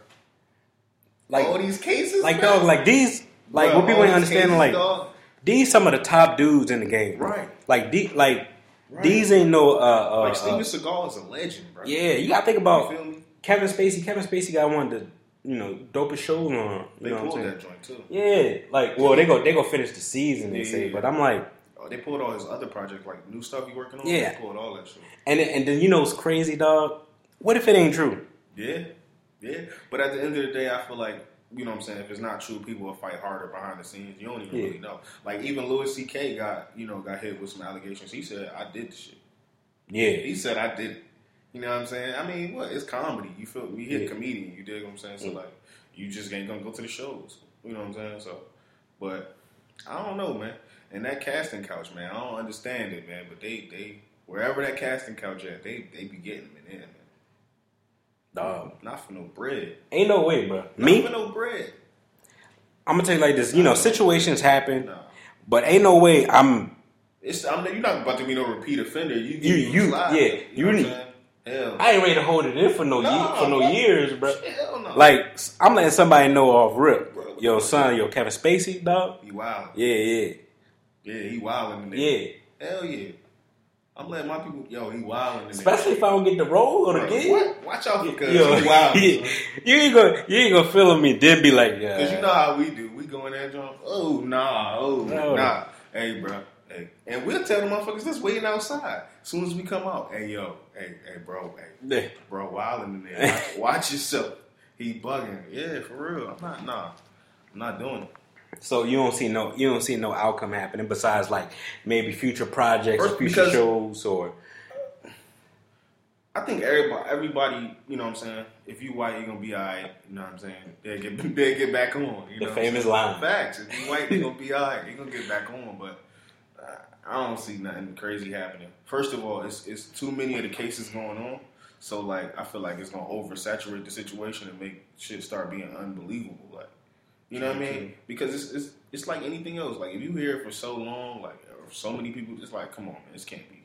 Speaker 4: Like,
Speaker 5: all these cases,
Speaker 4: like
Speaker 5: bro.
Speaker 4: dog, like these, like
Speaker 5: Bro,
Speaker 4: what people
Speaker 5: all
Speaker 4: ain't
Speaker 5: these
Speaker 4: understanding,
Speaker 5: cases,
Speaker 4: like
Speaker 5: dog.
Speaker 4: these some of the top dudes in the game, bro.
Speaker 5: Right.
Speaker 4: Like, the, like
Speaker 5: Right.
Speaker 4: these ain't no, uh, uh,
Speaker 5: like
Speaker 4: uh,
Speaker 5: Steven Seagal is a legend, bro.
Speaker 4: yeah. You got to think
Speaker 5: you
Speaker 4: about
Speaker 5: feel me?
Speaker 4: Kevin Spacey. Kevin Spacey got one of the, you know, dopest shows on. You
Speaker 5: They
Speaker 4: know what I'm
Speaker 5: pulled
Speaker 4: saying?
Speaker 5: that joint too.
Speaker 4: Yeah, like well, they go they go finish the season they
Speaker 5: Yeah,
Speaker 4: say,
Speaker 5: yeah.
Speaker 4: but I'm like,
Speaker 5: Oh, They pulled all his other projects, like new stuff he working on.
Speaker 4: Yeah.
Speaker 5: they pulled all that shit.
Speaker 4: and then- and then you know it's crazy, dog. What if it ain't true?
Speaker 5: Yeah, yeah. But at the end of the day, I feel like you know what I'm saying. If it's not true, people will fight harder behind the scenes. You don't even
Speaker 4: Yeah.
Speaker 5: really know. Like even Louis C.K. got you know got hit with some allegations. He said I did the shit.
Speaker 4: Yeah,
Speaker 5: He said I did. it." You know what I'm saying? I mean, what? It's comedy. You feel me? Hit
Speaker 4: Yeah.
Speaker 5: a comedian. You dig what I'm saying? So like, you just ain't gonna go to the shows. You know what I'm saying? So, but I don't know, man. And that casting couch, man, I don't understand it, man. But they, they, wherever that casting couch at, they, they be getting them in there, man.
Speaker 4: dog.
Speaker 5: Not for no bread.
Speaker 4: Ain't no way, bro.
Speaker 5: Me?
Speaker 4: Me,
Speaker 5: Not for no bread.
Speaker 4: I'm gonna tell you like this. You know, situations happen,
Speaker 5: Nah.
Speaker 4: but ain't no way I'm.
Speaker 5: It's I'm you're not about to be no repeat offender. You
Speaker 4: You-
Speaker 5: you,
Speaker 4: you-
Speaker 5: slide.
Speaker 4: yeah,
Speaker 5: You,
Speaker 4: you
Speaker 5: know
Speaker 4: need-
Speaker 5: what I'm saying? Hell,
Speaker 4: I ain't ready to hold it in for no
Speaker 5: Nah,
Speaker 4: ye- for no
Speaker 5: bro.
Speaker 4: years, bro.
Speaker 5: hell no.
Speaker 4: like I'm letting somebody know off rip. Yo, son, yo, Kevin Spacey, dog.
Speaker 5: He wild.
Speaker 4: Yeah, yeah,
Speaker 5: Yeah, he wild in the
Speaker 4: yeah.
Speaker 5: Hell yeah. I'm letting my people. Yo, he wild in the
Speaker 4: Especially if I don't get the role or the gig.
Speaker 5: What? Watch out because
Speaker 4: Yo,
Speaker 5: he wild.
Speaker 4: you
Speaker 5: son.
Speaker 4: ain't gonna you ain't gonna feel me. Then be like, uh, yeah,
Speaker 5: Cause you know how we do. We go in there and jump. Oh nah. Oh
Speaker 4: No.
Speaker 5: nah. Hey, bro. Hey, and we'll tell the motherfuckers this waiting outside. As soon as we come out, hey yo, hey, hey, bro, hey,
Speaker 4: Yeah.
Speaker 5: bro, wilding in there. Watch, watch yourself. He bugging. Yeah, for real. I'm not. Nah, I'm not doing it.
Speaker 4: So you don't see no you don't see no outcome happening besides like maybe future projects or
Speaker 5: First,
Speaker 4: future
Speaker 5: because-
Speaker 4: shows or
Speaker 5: I think everybody, everybody, you know what I'm saying. If you white, you're gonna be alright. You know what I'm saying. They get, they get back on.
Speaker 4: The
Speaker 5: You know what I'm saying?
Speaker 4: famous line.
Speaker 5: Facts. If you white, you're gonna be alright. You're gonna get back on. But uh, I don't see nothing crazy happening. First of all, it's it's too many of the cases going on. So like, I feel like it's gonna oversaturate the situation and make shit start being unbelievable. Like, you know what I mean? Because it's it's it's like anything else. Like if you hear it for so long, like or so many people, just like, come on, man, this can't be.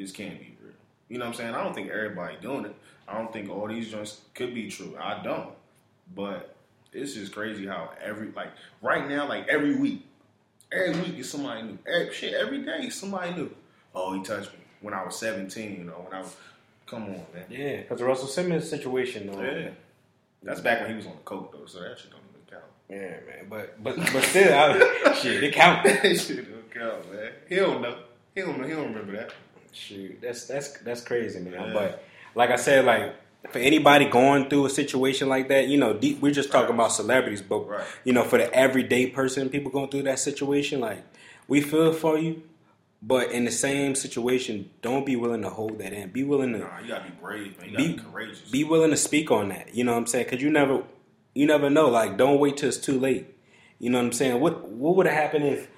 Speaker 5: This can't be real. You know what I'm saying? I don't think everybody doing it. I don't think all these joints could be true. I don't. But it's just crazy how every like right now, like every week, every week is somebody new. Every, shit, every day is somebody new. Oh, he touched me when I was 17. You know, when I was. Come on, man.
Speaker 4: yeah, because the Russell Simmons situation. Though,
Speaker 5: Yeah. That's back when he was on the coke though, so that shit don't even count.
Speaker 4: Yeah, man. But but but still, I, shit, it counts.
Speaker 5: That shit don't count, man. He don't know. He don't know. He don't remember that.
Speaker 4: Shoot, that's that's that's crazy, man.
Speaker 5: Yeah.
Speaker 4: But like I said, like for anybody going through a situation like that, you know, deep, we're just talking about celebrities, but
Speaker 5: Right.
Speaker 4: you know, for the everyday person, people going through that situation, like we feel for you. But in the same situation, don't be willing to hold that in. Be willing to
Speaker 5: Nah, you gotta be brave, man. You gotta
Speaker 4: be
Speaker 5: be, courageous.
Speaker 4: Be willing to speak on that. You know what I'm saying? Because you never, you never know. Like, don't wait till it's too late. You know what I'm saying? What What would have happened if,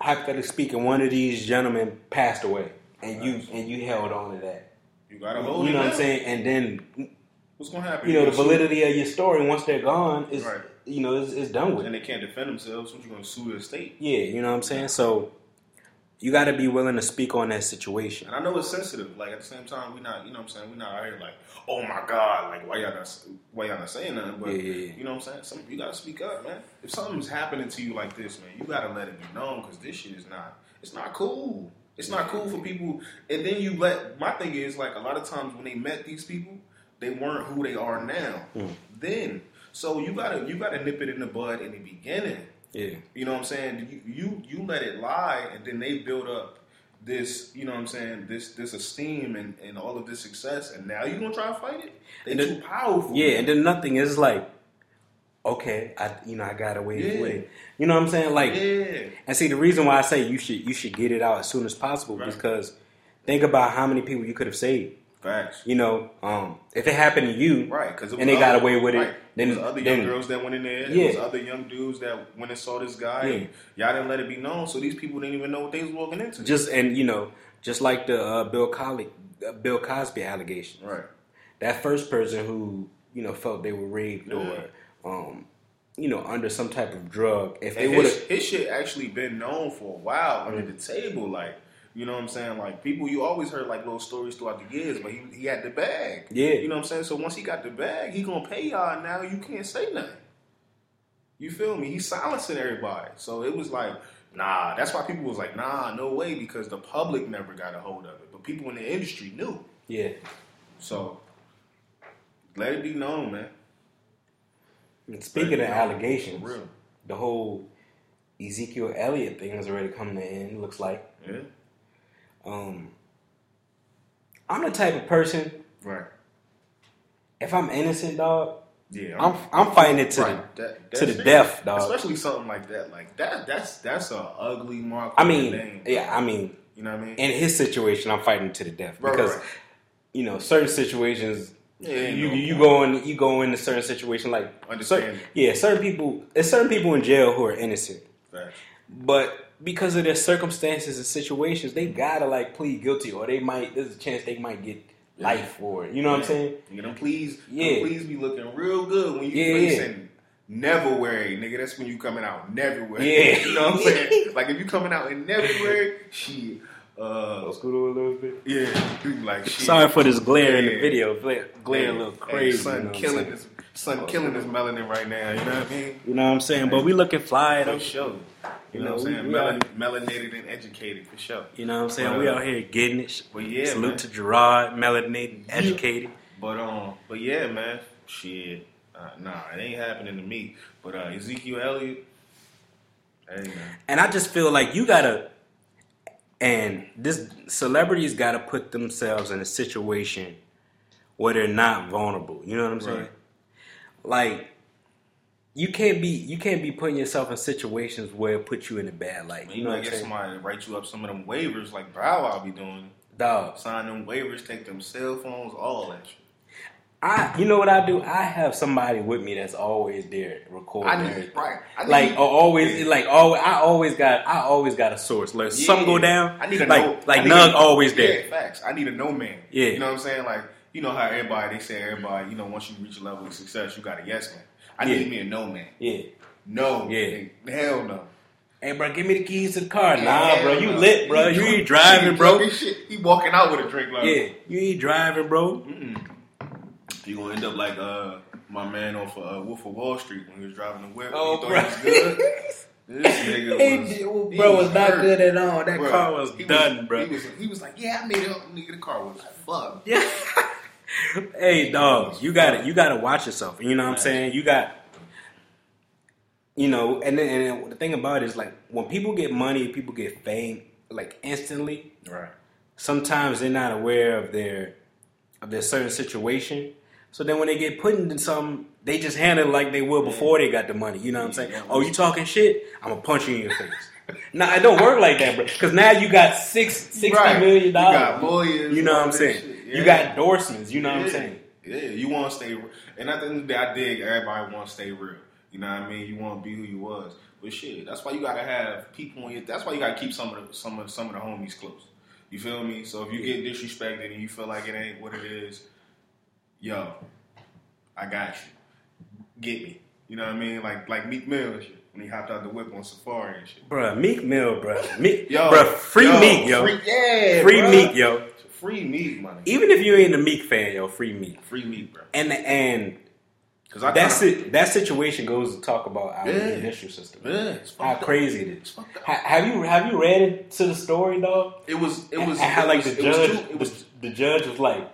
Speaker 4: hypothetically speaking, one of these gentlemen passed away and you and you held on to that?
Speaker 5: you gotta hold
Speaker 4: You
Speaker 5: it
Speaker 4: know what I'm
Speaker 5: down.
Speaker 4: saying? And then
Speaker 5: What's gonna happen?
Speaker 4: you know the
Speaker 5: You're gonna
Speaker 4: validity of your story once they're gone is
Speaker 5: Right.
Speaker 4: you know is, is done
Speaker 5: sue-
Speaker 4: with.
Speaker 5: and they can't defend themselves. What you gonna sue the state?
Speaker 4: Yeah, you know what I'm saying? So you got to be willing to speak on that situation.
Speaker 5: And I know it's sensitive. Like at the same time, we not. You know what I'm saying? We not out here like, oh my god, like why y'all not, why y'all not saying nothing? But
Speaker 4: Yeah, yeah, yeah.
Speaker 5: you know what I'm saying? Some, you gotta speak up, man. If something's happening to you like this, man, you gotta let it be known because this shit is not. It's not cool. It's not cool for people. And then you let. My thing is like a lot of times when they met these people, they weren't who they are now.
Speaker 4: Mm.
Speaker 5: Then. So you gotta you gotta nip it in the bud in the beginning.
Speaker 4: Yeah,
Speaker 5: You know what I'm saying? You, you you let it lie, and then they build up this. You know what I'm saying? This this esteem and, and all of this success, and now you gonna try to fight it? They
Speaker 4: And
Speaker 5: too
Speaker 4: the-
Speaker 5: powerful.
Speaker 4: yeah. And then nothing is like, okay, I you know I got away
Speaker 5: Yeah.
Speaker 4: with it. You know what I'm saying? Like.
Speaker 5: yeah,
Speaker 4: And see, the reason why I say you should you should get it out as soon as possible
Speaker 5: Right.
Speaker 4: because think about how many people you could have saved.
Speaker 5: facts.
Speaker 4: You know, um, if it happened to you,
Speaker 5: Right, because
Speaker 4: and they got away with it, then
Speaker 5: there was other
Speaker 4: then
Speaker 5: young girls that went in there.
Speaker 4: Yeah.
Speaker 5: There was other young dudes that went and saw this guy. and y'all didn't let it be known, so these people didn't even know what they was walking into.
Speaker 4: just and you know, just like the uh, Bill Cosby uh, Bill Cosby allegation,
Speaker 5: right.
Speaker 4: that first person who you know felt they were raped
Speaker 5: Yeah.
Speaker 4: or um, you know under some type of drug, if they
Speaker 5: Mm. And
Speaker 4: would
Speaker 5: his,
Speaker 4: have
Speaker 5: his shit actually been known for a while under the table, like you know what I'm saying. Like people, you always heard like little stories throughout the years, but he he had the bag.
Speaker 4: Yeah.
Speaker 5: you know what I'm saying. So once he got the bag, he gonna pay y'all. Now you can't say nothing. You feel me? He's silencing everybody. So it was like, nah. That's why people was like, nah, no way, because the public never got a hold of it, but people in the industry knew.
Speaker 4: yeah,
Speaker 5: So let it be known, man.
Speaker 4: And speaking of
Speaker 5: Right.
Speaker 4: allegations,
Speaker 5: For real.
Speaker 4: the whole Ezekiel Elliott thing has already come to an end. Looks like.
Speaker 5: Yeah,
Speaker 4: Um, I'm the type of person.
Speaker 5: right.
Speaker 4: If I'm innocent, dog,
Speaker 5: Yeah,
Speaker 4: I'm I'm fighting it to
Speaker 5: Right.
Speaker 4: the,
Speaker 5: That-
Speaker 4: to
Speaker 5: that
Speaker 4: the
Speaker 5: shit-
Speaker 4: death, dog.
Speaker 5: Especially something like that. Like that. That's that's a ugly mark.
Speaker 4: I
Speaker 5: on
Speaker 4: mean,
Speaker 5: your name.
Speaker 4: yeah, I mean,
Speaker 5: You know what I mean?
Speaker 4: in his situation, I'm fighting to the death
Speaker 5: Right,
Speaker 4: because
Speaker 5: right.
Speaker 4: you know certain situations.
Speaker 5: Yeah,
Speaker 4: you
Speaker 5: no
Speaker 4: you
Speaker 5: point.
Speaker 4: go in you go into certain situation like
Speaker 5: Understandable.
Speaker 4: certain, yeah certain people there's certain people in jail who are innocent
Speaker 5: Facts.
Speaker 4: but because of their circumstances and situations they gotta like plead guilty or they might there's a chance they might get life for it you know what I'm saying
Speaker 5: Nigga, them please,
Speaker 4: Yeah.
Speaker 5: yeah. please be looking real good when you
Speaker 4: Yeah,
Speaker 5: face
Speaker 4: yeah.
Speaker 5: and never wearing. Nigga, that's when you coming out never wearing.
Speaker 4: Yeah.
Speaker 5: you know what I'm saying? like if you coming out in never wearing, shit. Uh, yeah, you like shit.
Speaker 4: Sorry for this glare in the
Speaker 5: Yeah.
Speaker 4: video. Glare, glare
Speaker 5: Hey,
Speaker 4: a little
Speaker 5: hey,
Speaker 4: crazy.
Speaker 5: son,
Speaker 4: you know what I'm
Speaker 5: killing
Speaker 4: saying?
Speaker 5: this. Son killing his melanin right now. You know what I mean?
Speaker 4: You know what I'm saying? But we looking fly
Speaker 5: For
Speaker 4: though.
Speaker 5: sure. You
Speaker 4: You
Speaker 5: know
Speaker 4: know,
Speaker 5: what I'm
Speaker 4: we-
Speaker 5: saying?
Speaker 4: we
Speaker 5: Melon,
Speaker 4: out-
Speaker 5: melanated and educated for sure.
Speaker 4: You know what I'm saying? We out here getting it. Sh-
Speaker 5: Well, yeah,
Speaker 4: Salute
Speaker 5: man.
Speaker 4: to Gerard, melanated, educated.
Speaker 5: But um, but yeah, man, shit. Uh, nah, it ain't happening to me. But uh, Ezekiel Elliott, hey man,
Speaker 4: And I just feel like you gotta, and this celebrities gotta put themselves in a situation where they're not vulnerable. You know what I'm saying?
Speaker 5: Right.
Speaker 4: Like you can't be you can't be putting yourself in situations where it puts you in a bad light.
Speaker 5: you,
Speaker 4: You know what
Speaker 5: know, I
Speaker 4: I'm
Speaker 5: get
Speaker 4: saying?
Speaker 5: somebody to write you up some of them waivers like Bow I'll be doing.
Speaker 4: Dog,
Speaker 5: Sign them waivers, take them cell phones, all that shit.
Speaker 4: I you know what I do? I have somebody with me that's always there recording.
Speaker 5: I need-
Speaker 4: everything.
Speaker 5: right. I need-
Speaker 4: like or always like always I always got I always got a source. Like
Speaker 5: Yeah.
Speaker 4: something go down.
Speaker 5: I need a
Speaker 4: like
Speaker 5: no,
Speaker 4: like
Speaker 5: I need
Speaker 4: none
Speaker 5: a-
Speaker 4: always
Speaker 5: yeah,
Speaker 4: there.
Speaker 5: Facts. I need a no man.
Speaker 4: Yeah.
Speaker 5: you know what I'm saying? Like you know how everybody they say everybody you know once you reach a level of success you got a yes man. I
Speaker 4: Yeah.
Speaker 5: need me a no man.
Speaker 4: Yeah.
Speaker 5: No.
Speaker 4: Yeah.
Speaker 5: Hell no.
Speaker 4: Hey, bro, give me the keys to the car. Nah,
Speaker 5: Hell
Speaker 4: bro, you
Speaker 5: no.
Speaker 4: lit, bro. You
Speaker 5: drunk-
Speaker 4: ain't driving,
Speaker 5: he
Speaker 4: bro.
Speaker 5: drunk as Shit. He walking out with a drink like
Speaker 4: Yeah, you ain't driving, bro.
Speaker 5: You gonna end up like uh my man off of uh, Wolf of Wall Street when he was driving the whip.
Speaker 4: Oh,
Speaker 5: Oh, he thought
Speaker 4: bro.
Speaker 5: he was good. This nigga was,
Speaker 4: Hey,
Speaker 5: he
Speaker 4: bro was not
Speaker 5: hurt.
Speaker 4: good at all. That
Speaker 5: Bruh,
Speaker 4: car was
Speaker 5: he
Speaker 4: done, bro.
Speaker 5: He was, he was like, yeah, I made it up. Nigga, the car was like, fuck.
Speaker 4: Yeah. hey, dog, you got to You got to watch yourself. You know what I'm saying? You got. You know, and then, and then the thing about it is like when people get money, people get fame like instantly.
Speaker 5: Right.
Speaker 4: Sometimes they're not aware of their of their certain situation. So then when they get put into something, they just handle it like they would before they got the money. You know what I'm saying?
Speaker 5: Yeah.
Speaker 4: Oh, you talking shit? I'm gonna punch you in your face. nah, it don't work like that, bro. Because now you got six sixty million
Speaker 5: Right. You
Speaker 4: dollars.
Speaker 5: got lawyers.
Speaker 4: You know what
Speaker 5: all
Speaker 4: I'm
Speaker 5: that
Speaker 4: saying?
Speaker 5: shit.
Speaker 4: You
Speaker 5: Yeah.
Speaker 4: got endorsements. You know what I'm saying?
Speaker 5: Yeah, you want to stay. And at the end of the day, I dig everybody want to stay real. You know what I mean? You want to be who you was. But shit, that's why you gotta have people on your. That's why you gotta keep some of the some of some of the homies close. You feel me? So if you get disrespected and you feel like it ain't what it is, yo, I got you. Get me. You know what I mean? Like like Meek Mill and shit when he hopped out the whip on Safari and shit.
Speaker 4: Bruh, Meek Mill, bruh. Meek,
Speaker 5: Yo,
Speaker 4: bruh, free
Speaker 5: yo,
Speaker 4: Meek, yo.
Speaker 5: Free,
Speaker 4: Free,
Speaker 5: yeah, bruh.
Speaker 4: Meek, yo.
Speaker 5: Free Meek, money.
Speaker 4: Even if you ain't a Meek fan, yo, free Meek.
Speaker 5: Free Meek, bro.
Speaker 4: And and
Speaker 5: Cause I
Speaker 4: that's
Speaker 5: kinda-
Speaker 4: it. That situation goes to talk about our
Speaker 5: Yeah.
Speaker 4: judicial system.
Speaker 5: Yeah, it's fucked
Speaker 4: How
Speaker 5: up.
Speaker 4: crazy it
Speaker 5: It's
Speaker 4: is.
Speaker 5: fucked up.
Speaker 4: Ha- have you have you read it to the story, dog?
Speaker 5: It was. It was.
Speaker 4: And how
Speaker 5: it
Speaker 4: like
Speaker 5: was-
Speaker 4: the
Speaker 5: it was
Speaker 4: judge,
Speaker 5: too- It was.
Speaker 4: the, the judge was like,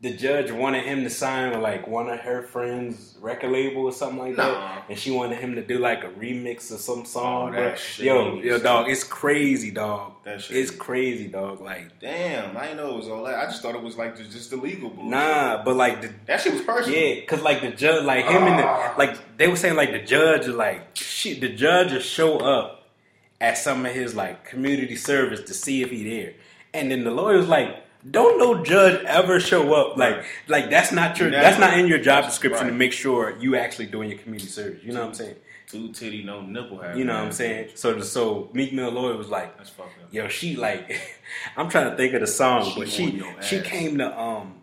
Speaker 4: the judge wanted him to sign like one of her friends' record label or something like
Speaker 5: Nah.
Speaker 4: that, and she wanted him to do like a remix of some song.
Speaker 5: Oh, that
Speaker 4: bruh.
Speaker 5: shit
Speaker 4: yo,
Speaker 5: is-
Speaker 4: yo, dog, it's crazy, dog.
Speaker 5: That shit
Speaker 4: it's
Speaker 5: is-
Speaker 4: crazy, dog. Like,
Speaker 5: Damn, I didn't know it was all that. I just thought it was like just, just illegal. Bullshit.
Speaker 4: nah, but like the
Speaker 5: that shit was personal.
Speaker 4: Yeah, cause like the judge, like him and the like they were saying, like the judge, is like shit, the judge will show up at some of his like community service to see if he there, and then the lawyer was like, "Don't no judge ever show up like like that's not your
Speaker 5: Never.
Speaker 4: that's not in your job description to
Speaker 5: Right.
Speaker 4: make sure you actually doing your community service." You know what I'm saying?
Speaker 5: Two titty, no nipple. Hat,
Speaker 4: You know
Speaker 5: man.
Speaker 4: what I'm saying? So the, so Meek Mill lawyer was like,
Speaker 5: That's fucked up.
Speaker 4: yo, she like, I'm trying to think of the song,
Speaker 5: She
Speaker 4: but
Speaker 5: on
Speaker 4: she
Speaker 5: your
Speaker 4: she
Speaker 5: ass.
Speaker 4: came to um,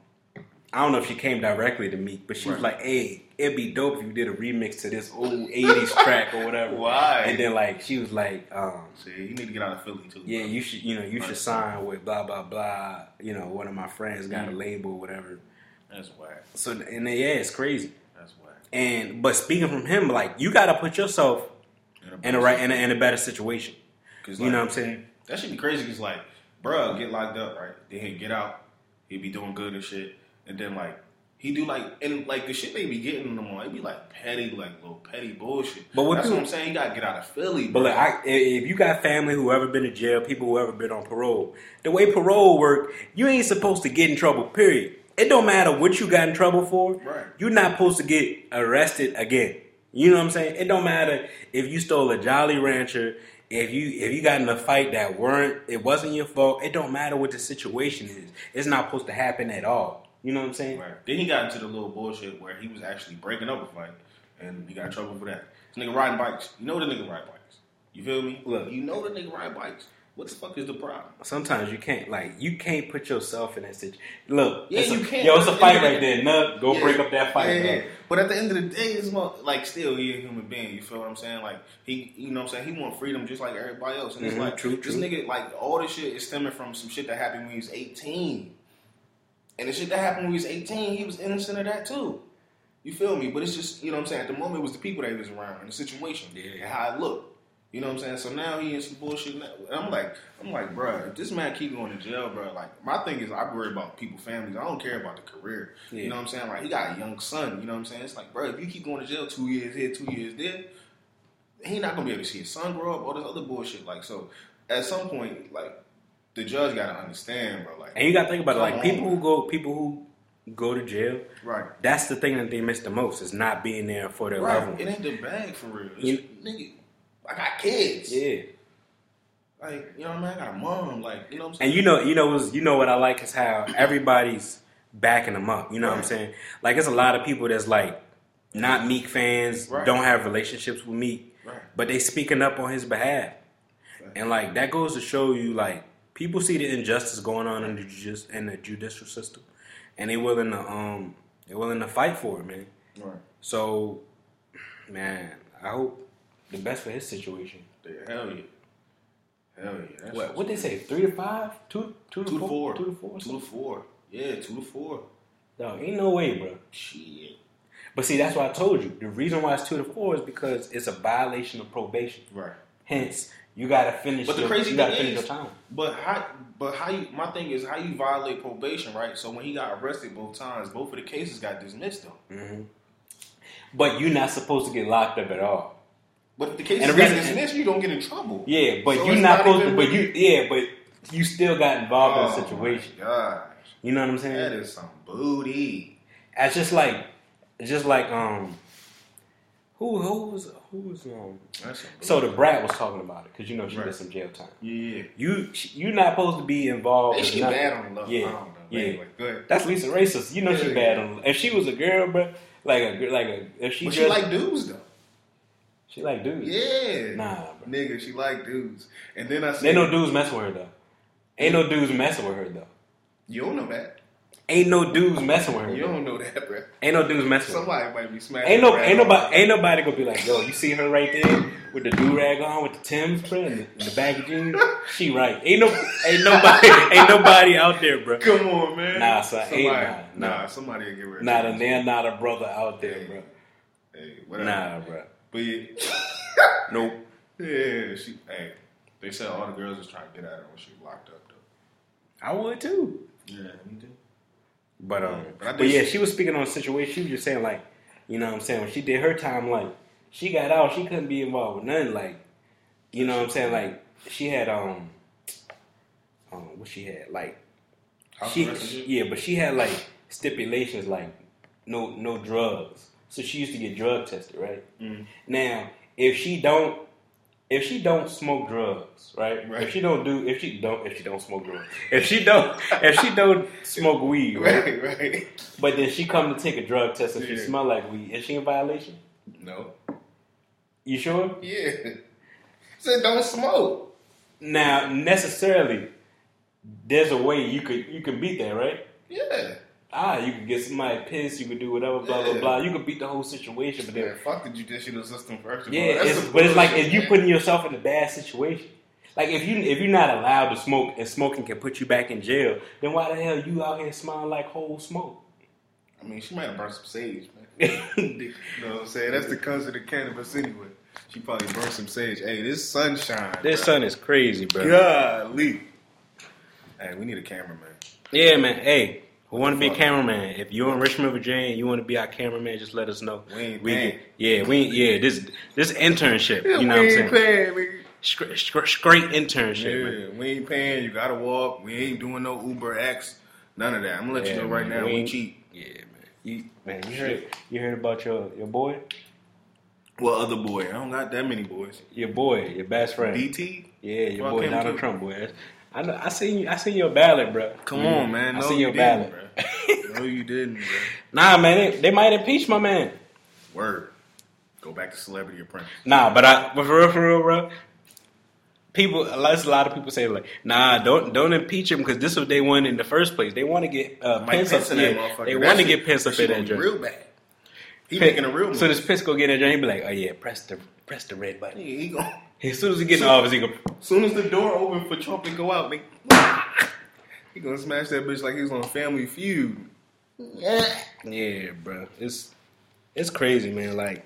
Speaker 4: I don't know if she came directly to Meek, but she was
Speaker 5: Right.
Speaker 4: like, hey, it'd be dope if you did a remix to this old '80s track or whatever.
Speaker 5: Why?
Speaker 4: And then like she was like, um,
Speaker 5: See, you need to get out of Philly too.
Speaker 4: yeah,
Speaker 5: bro.
Speaker 4: you should you know you should
Speaker 5: Right.
Speaker 4: sign with blah blah blah. You know, one of my friends got
Speaker 5: Mm-hmm.
Speaker 4: a label, whatever.
Speaker 5: That's whack.
Speaker 4: So and then, yeah, it's crazy.
Speaker 5: That's whack.
Speaker 4: And but speaking from him, like you got to put yourself in a right in a, in a better situation.
Speaker 5: 'Cause,
Speaker 4: You
Speaker 5: like,
Speaker 4: know what I'm saying?
Speaker 5: That should be crazy. Cause like, bruh, get locked up, right? Then he get out. He be doing good and shit. And then like, he do like, and like the shit they be getting them on, it be like petty, like little petty bullshit.
Speaker 4: But what
Speaker 5: that's
Speaker 4: people-
Speaker 5: what I'm saying. You gotta get out of Philly.
Speaker 4: But
Speaker 5: bro.
Speaker 4: look, I, i- if you got family who ever been to jail, people who ever been on parole, the way parole work, you ain't supposed to get in trouble. Period. It don't matter what you got in trouble for.
Speaker 5: Right.
Speaker 4: You're not supposed to get arrested again. You know what I'm saying? It don't matter if you stole a Jolly Rancher, if you if you got in a fight that weren't it wasn't your fault. It don't matter what the situation is. It's not supposed to happen at all. You know what I'm saying?
Speaker 5: Right. Then he got into the little bullshit where he was actually breaking up with Mike, and he got in trouble for that. This nigga riding bikes. You know the nigga ride bikes. You feel me?
Speaker 4: Look.
Speaker 5: you know the nigga ride bikes. What the fuck is the problem?
Speaker 4: sometimes you can't like you can't put yourself in that situation. Look,
Speaker 5: Yeah,
Speaker 4: it's a-
Speaker 5: you can't.
Speaker 4: Yo, it's a fight right
Speaker 5: Yeah.
Speaker 4: there. Nug, go
Speaker 5: Yeah.
Speaker 4: break up that fight.
Speaker 5: Yeah,
Speaker 4: bro.
Speaker 5: yeah. But at the end of the day, it's more, like still he a human being. You feel what I'm saying? Like he, you know, what I'm saying he want freedom just like everybody else. And
Speaker 4: Mhm,
Speaker 5: it's like
Speaker 4: true,
Speaker 5: this
Speaker 4: true.
Speaker 5: nigga, like all this shit is stemming from some shit that happened when he was 18. And the shit that happened when he was 18, he was innocent of that too. You You feel me? But it's just, you know what I'm saying? At the moment, it was the people that he was around and the situation yeah. and how it looked. You know what I'm saying? So now he in some bullshit. Now. And I'm like, I'm like, bruh, if this man keep going to jail, bruh, like, my thing is I worry about people, families. I don't care about the career. You know what I'm saying? Like, he got a young son. You know what I'm saying? It's like, bruh, if you keep going to jail two years here, two years there, he not gonna be able to see his son grow up, all this other bullshit. Like, so at some point, like, the judge gotta understand, bro. Like,
Speaker 4: And you got to think about it. Like
Speaker 5: Come on.
Speaker 4: people who go, people who go to jail.
Speaker 5: Right.
Speaker 4: That's the thing that they miss the most is not being there for their loved
Speaker 5: Right. It
Speaker 4: ones.
Speaker 5: ain't the bag for real. It's,
Speaker 4: You-
Speaker 5: nigga, I got kids.
Speaker 4: Yeah.
Speaker 5: Like, you know what I mean? I got a mom. Like, you know what I'm saying?
Speaker 4: And you know, you know, was you know what I like is how everybody's backing them up. You know what I'm
Speaker 5: Right.
Speaker 4: saying? Like it's a lot of people that's like not Meek fans,
Speaker 5: Right.
Speaker 4: don't have relationships with Meek,
Speaker 5: Right.
Speaker 4: but they speaking up on his behalf. And like that goes to show you, like people see the injustice going on in the judi- in the judicial system, and they willing to um they willing to fight for it, man.
Speaker 5: Right.
Speaker 4: So, man, I hope the best for his situation.
Speaker 5: Yeah, hell yeah. Hell yeah. That's
Speaker 4: What what they say? Three to five, two two to
Speaker 5: Two to
Speaker 4: four,
Speaker 5: four.
Speaker 4: two to four.
Speaker 5: Two to four. Yeah, two to four.
Speaker 4: No, ain't no way, bro.
Speaker 5: Shit.
Speaker 4: But see, that's why I told you. The reason why it's two to four is because it's a violation of probation.
Speaker 5: Right.
Speaker 4: Hence, you gotta finish.
Speaker 5: But the
Speaker 4: your,
Speaker 5: crazy
Speaker 4: you gotta
Speaker 5: thing
Speaker 4: finish
Speaker 5: is,
Speaker 4: your time.
Speaker 5: but how? But how you? My thing is how you violate probation, right? So when he got arrested both times, both of the cases got dismissed, though.
Speaker 4: But you're not supposed to get locked up at all.
Speaker 5: But if the cases
Speaker 4: And the
Speaker 5: got
Speaker 4: reason-
Speaker 5: dismissed, you don't get in trouble.
Speaker 4: Yeah, but
Speaker 5: So
Speaker 4: you're
Speaker 5: it's
Speaker 4: not supposed to.
Speaker 5: even
Speaker 4: But
Speaker 5: really-
Speaker 4: you, yeah, but you still got involved
Speaker 5: Oh,
Speaker 4: in the situation.
Speaker 5: my Gosh,
Speaker 4: You know what I'm saying?
Speaker 5: that is some booty.
Speaker 4: It's just like, it's just like um, who who was who was um.
Speaker 5: That's some booty.
Speaker 4: So the brat was talking about it because you know she
Speaker 5: Right.
Speaker 4: did some jail time.
Speaker 5: yeah,
Speaker 4: You she- you not supposed to be involved.
Speaker 5: They
Speaker 4: in
Speaker 5: she
Speaker 4: nothing.
Speaker 5: bad on the love.
Speaker 4: Yeah,
Speaker 5: I don't know.
Speaker 4: yeah.
Speaker 5: Anyway, go ahead.
Speaker 4: That's Lisa racist. You know she
Speaker 5: Yeah.
Speaker 4: bad on. If she was a girl, bro, like a gir- like a if she
Speaker 5: But
Speaker 4: just
Speaker 5: she like dudes though.
Speaker 4: she like dudes.
Speaker 5: Yeah,
Speaker 4: Nah, bro.
Speaker 5: nigga, she like dudes. And then I said,
Speaker 4: Ain't no dudes messing with her though. Ain't no dudes messing with her though.
Speaker 5: you don't know that.
Speaker 4: Ain't no dudes messing with her.
Speaker 5: You
Speaker 4: though.
Speaker 5: don't know that, bro.
Speaker 4: Ain't no dudes messing with her.
Speaker 5: Somebody might be smashing.
Speaker 4: Ain't no
Speaker 5: her
Speaker 4: ain't
Speaker 5: ass.
Speaker 4: nobody ain't nobody gonna be like, yo, you see her right there with the do rag on with the Tim's bro, and the, and the baggy jeans. She right. Ain't no ain't nobody ain't nobody out there, bro.
Speaker 5: Come on, man.
Speaker 4: Nah, son, ain't nah, nah.
Speaker 5: nah, somebody will get rid of
Speaker 4: Not a
Speaker 5: it.
Speaker 4: man, not a brother out there, bro.
Speaker 5: Hey, whatever.
Speaker 4: Nah, bro.
Speaker 5: But yeah,
Speaker 4: Nope.
Speaker 5: yeah, she. Hey, they said all the girls is trying to get at her when she locked up though.
Speaker 4: I would too.
Speaker 5: Yeah, me too.
Speaker 4: But um,
Speaker 5: But I
Speaker 4: but,
Speaker 5: think
Speaker 4: yeah,
Speaker 5: she-
Speaker 4: she was speaking on the situation. She was just saying like, you know, what I'm saying when she did her time, like she got out, she couldn't be involved with nothing. Like, you know, what I'm saying like she had um, um what she had like
Speaker 5: House
Speaker 4: she,
Speaker 5: arrest and shit?
Speaker 4: yeah, but she had like stipulations like no no drugs. So she used to get drug tested, right?
Speaker 5: Mm.
Speaker 4: Now if she don't if she don't smoke drugs, right?
Speaker 5: Right.
Speaker 4: If she don't do if she don't if she don't smoke drugs if she don't if she don't smoke weed, right?
Speaker 5: Right, right.
Speaker 4: But then she come to take a drug test and she
Speaker 5: Yeah.
Speaker 4: smell like weed. Is she in violation?
Speaker 5: No.
Speaker 4: You sure?
Speaker 5: Yeah. Said don't smoke.
Speaker 4: Now, necessarily, there's a way you could you can beat that, right?
Speaker 5: Yeah.
Speaker 4: Ah, you could get somebody pissed. You could do whatever, blah blah
Speaker 5: Yeah.
Speaker 4: blah. You could beat the whole situation, but
Speaker 5: Yeah,
Speaker 4: then
Speaker 5: fuck the judicial system first of
Speaker 4: yeah,
Speaker 5: all. Oh, That's
Speaker 4: it's,
Speaker 5: some
Speaker 4: but it's like
Speaker 5: bullshit,
Speaker 4: if you
Speaker 5: man.
Speaker 4: putting yourself in a bad situation. Like if you if you're not allowed to smoke and smoking can put you back in jail, then why the hell you out here smiling like whole smoke?
Speaker 5: I mean, she might have burned some sage, man. you know what I'm saying? That's the cause of the cannabis anyway. She probably burned some sage. Hey, this sunshine.
Speaker 4: This
Speaker 5: bruh.
Speaker 4: son is crazy, bro.
Speaker 5: Golly. Hey, we need a cameraman.
Speaker 4: Yeah, man. Hey, who want to be a
Speaker 5: fuck?
Speaker 4: cameraman? If you're in Richmond, Virginia, you want to be our cameraman, just let us know.
Speaker 5: We ain't
Speaker 4: get-
Speaker 5: paying.
Speaker 4: yeah, we ain't- yeah. This this internship, you know what I'm saying?
Speaker 5: paying, nigga.
Speaker 4: Scra- scra- Straight internship. man.
Speaker 5: Yeah, we ain't paying. You gotta walk. We ain't doing no Uber X. None of that. I'm gonna let
Speaker 4: Yeah,
Speaker 5: you know right
Speaker 4: man,
Speaker 5: now.
Speaker 4: we
Speaker 5: We
Speaker 4: ain't-
Speaker 5: cheap.
Speaker 4: Yeah, man. You, man, you heard you heard about your your boy,
Speaker 5: Well, other boy. I don't got that many boys.
Speaker 4: your boy, your best friend.
Speaker 5: DT.
Speaker 4: yeah, your
Speaker 5: Fuck
Speaker 4: boy
Speaker 5: him,
Speaker 4: Donald
Speaker 5: too.
Speaker 4: Trump, boy. That's- I know. I seen you. I seen your ballot, bro.
Speaker 5: Come on, man.
Speaker 4: I
Speaker 5: No,
Speaker 4: seen
Speaker 5: you
Speaker 4: your ballot.
Speaker 5: didn't, bro. no, you didn't, bro.
Speaker 4: Nah, man. They, they might impeach my man.
Speaker 5: Word. Go back to Celebrity Apprentice.
Speaker 4: Nah, but I but for real, for real, bro. People, that's a lot of people say like, nah, don't don't impeach him because this is what they wanted in the first place. They want to get uh,
Speaker 5: Mike
Speaker 4: Pence,
Speaker 5: Pence
Speaker 4: up.
Speaker 5: in that
Speaker 4: Yeah,
Speaker 5: motherfucker.
Speaker 4: they
Speaker 5: That
Speaker 4: want to
Speaker 5: shit-
Speaker 4: get Pence up
Speaker 5: shit
Speaker 4: in that
Speaker 5: gonna be
Speaker 4: joint.
Speaker 5: Real bad. He
Speaker 4: Pence-
Speaker 5: making a real move.
Speaker 4: So this Pence go get in that joint, he be like, oh yeah, press the press the red button.
Speaker 5: he gonna,
Speaker 4: As soon as he get in office, he go.
Speaker 5: soon as the door open for Trump to go out, nigga, he gonna smash that bitch like he was on Family Feud.
Speaker 4: Yeah, bro, it's It's crazy, man. Like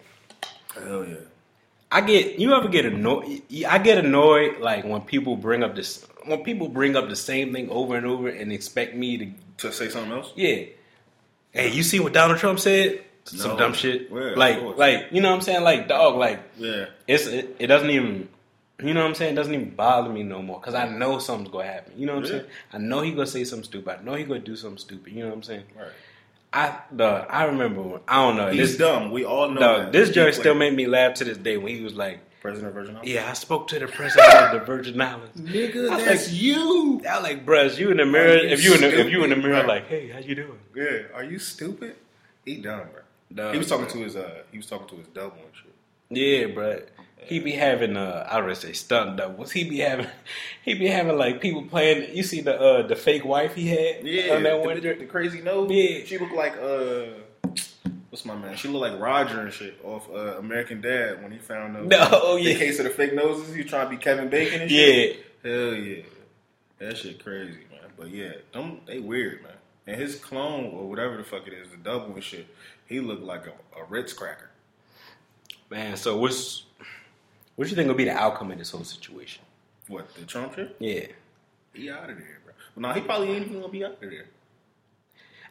Speaker 5: Hell yeah.
Speaker 4: I get you ever get annoyed? I get annoyed like when people bring up this when people bring up the same thing over and over and expect me to
Speaker 5: To say something else?
Speaker 4: yeah. Hey, you see what Donald Trump said?
Speaker 5: No.
Speaker 4: Some dumb shit.
Speaker 5: Yeah, of
Speaker 4: like
Speaker 5: course.
Speaker 4: like you know what I'm saying? Like dog. Like
Speaker 5: Yeah.
Speaker 4: it's it, it doesn't even you know what I'm saying? It doesn't even bother me no more because I know something's gonna happen. You know what
Speaker 5: Yeah.
Speaker 4: I'm saying? I know he gonna say something stupid. I know he gonna do something stupid. You know what I'm saying?
Speaker 5: Right.
Speaker 4: I the I remember when, I don't know this
Speaker 5: He's dumb. We all know
Speaker 4: dog,
Speaker 5: that.
Speaker 4: this
Speaker 5: He
Speaker 4: jerk
Speaker 5: played
Speaker 4: still made me laugh to this day when he was like.
Speaker 5: President of Virgin Islands.
Speaker 4: Yeah, I spoke to the president of the Virgin Islands.
Speaker 5: Nigga,
Speaker 4: I was
Speaker 5: that's you.
Speaker 4: I was like, bruh, you in the mirror.
Speaker 5: you
Speaker 4: If you in the if you in the
Speaker 5: stupid,
Speaker 4: mirror,
Speaker 5: bruh.
Speaker 4: like, hey, how you doing?
Speaker 5: Yeah, are you stupid? He dumb, bro.
Speaker 4: Dumb,
Speaker 5: he was talking
Speaker 4: bruh.
Speaker 5: to his uh, he was talking to his double and shit.
Speaker 4: Yeah, bruh. He be having uh, I would say stunt doubles. He be having, he be having like people playing. You see the uh the fake wife he had on that
Speaker 5: the,
Speaker 4: one.
Speaker 5: bitch with the crazy nose.
Speaker 4: Yeah.
Speaker 5: she looked like uh, what's my man? She looked like Roger and shit off uh, American Dad when he found out.
Speaker 4: No, oh, yeah.
Speaker 5: the case of the fake noses. He was trying to be Kevin Bacon and shit.
Speaker 4: Yeah,
Speaker 5: hell yeah, that shit crazy, man. But yeah, them they weird, man. And his clone or whatever the fuck it is, the double and shit, he looked like a, a Ritz cracker.
Speaker 4: man. So what's what you think will be the outcome of this whole situation?
Speaker 5: What the Trump shit?
Speaker 4: Yeah,
Speaker 5: He out of there, bro. Well, nah, he probably ain't even gonna be out of there.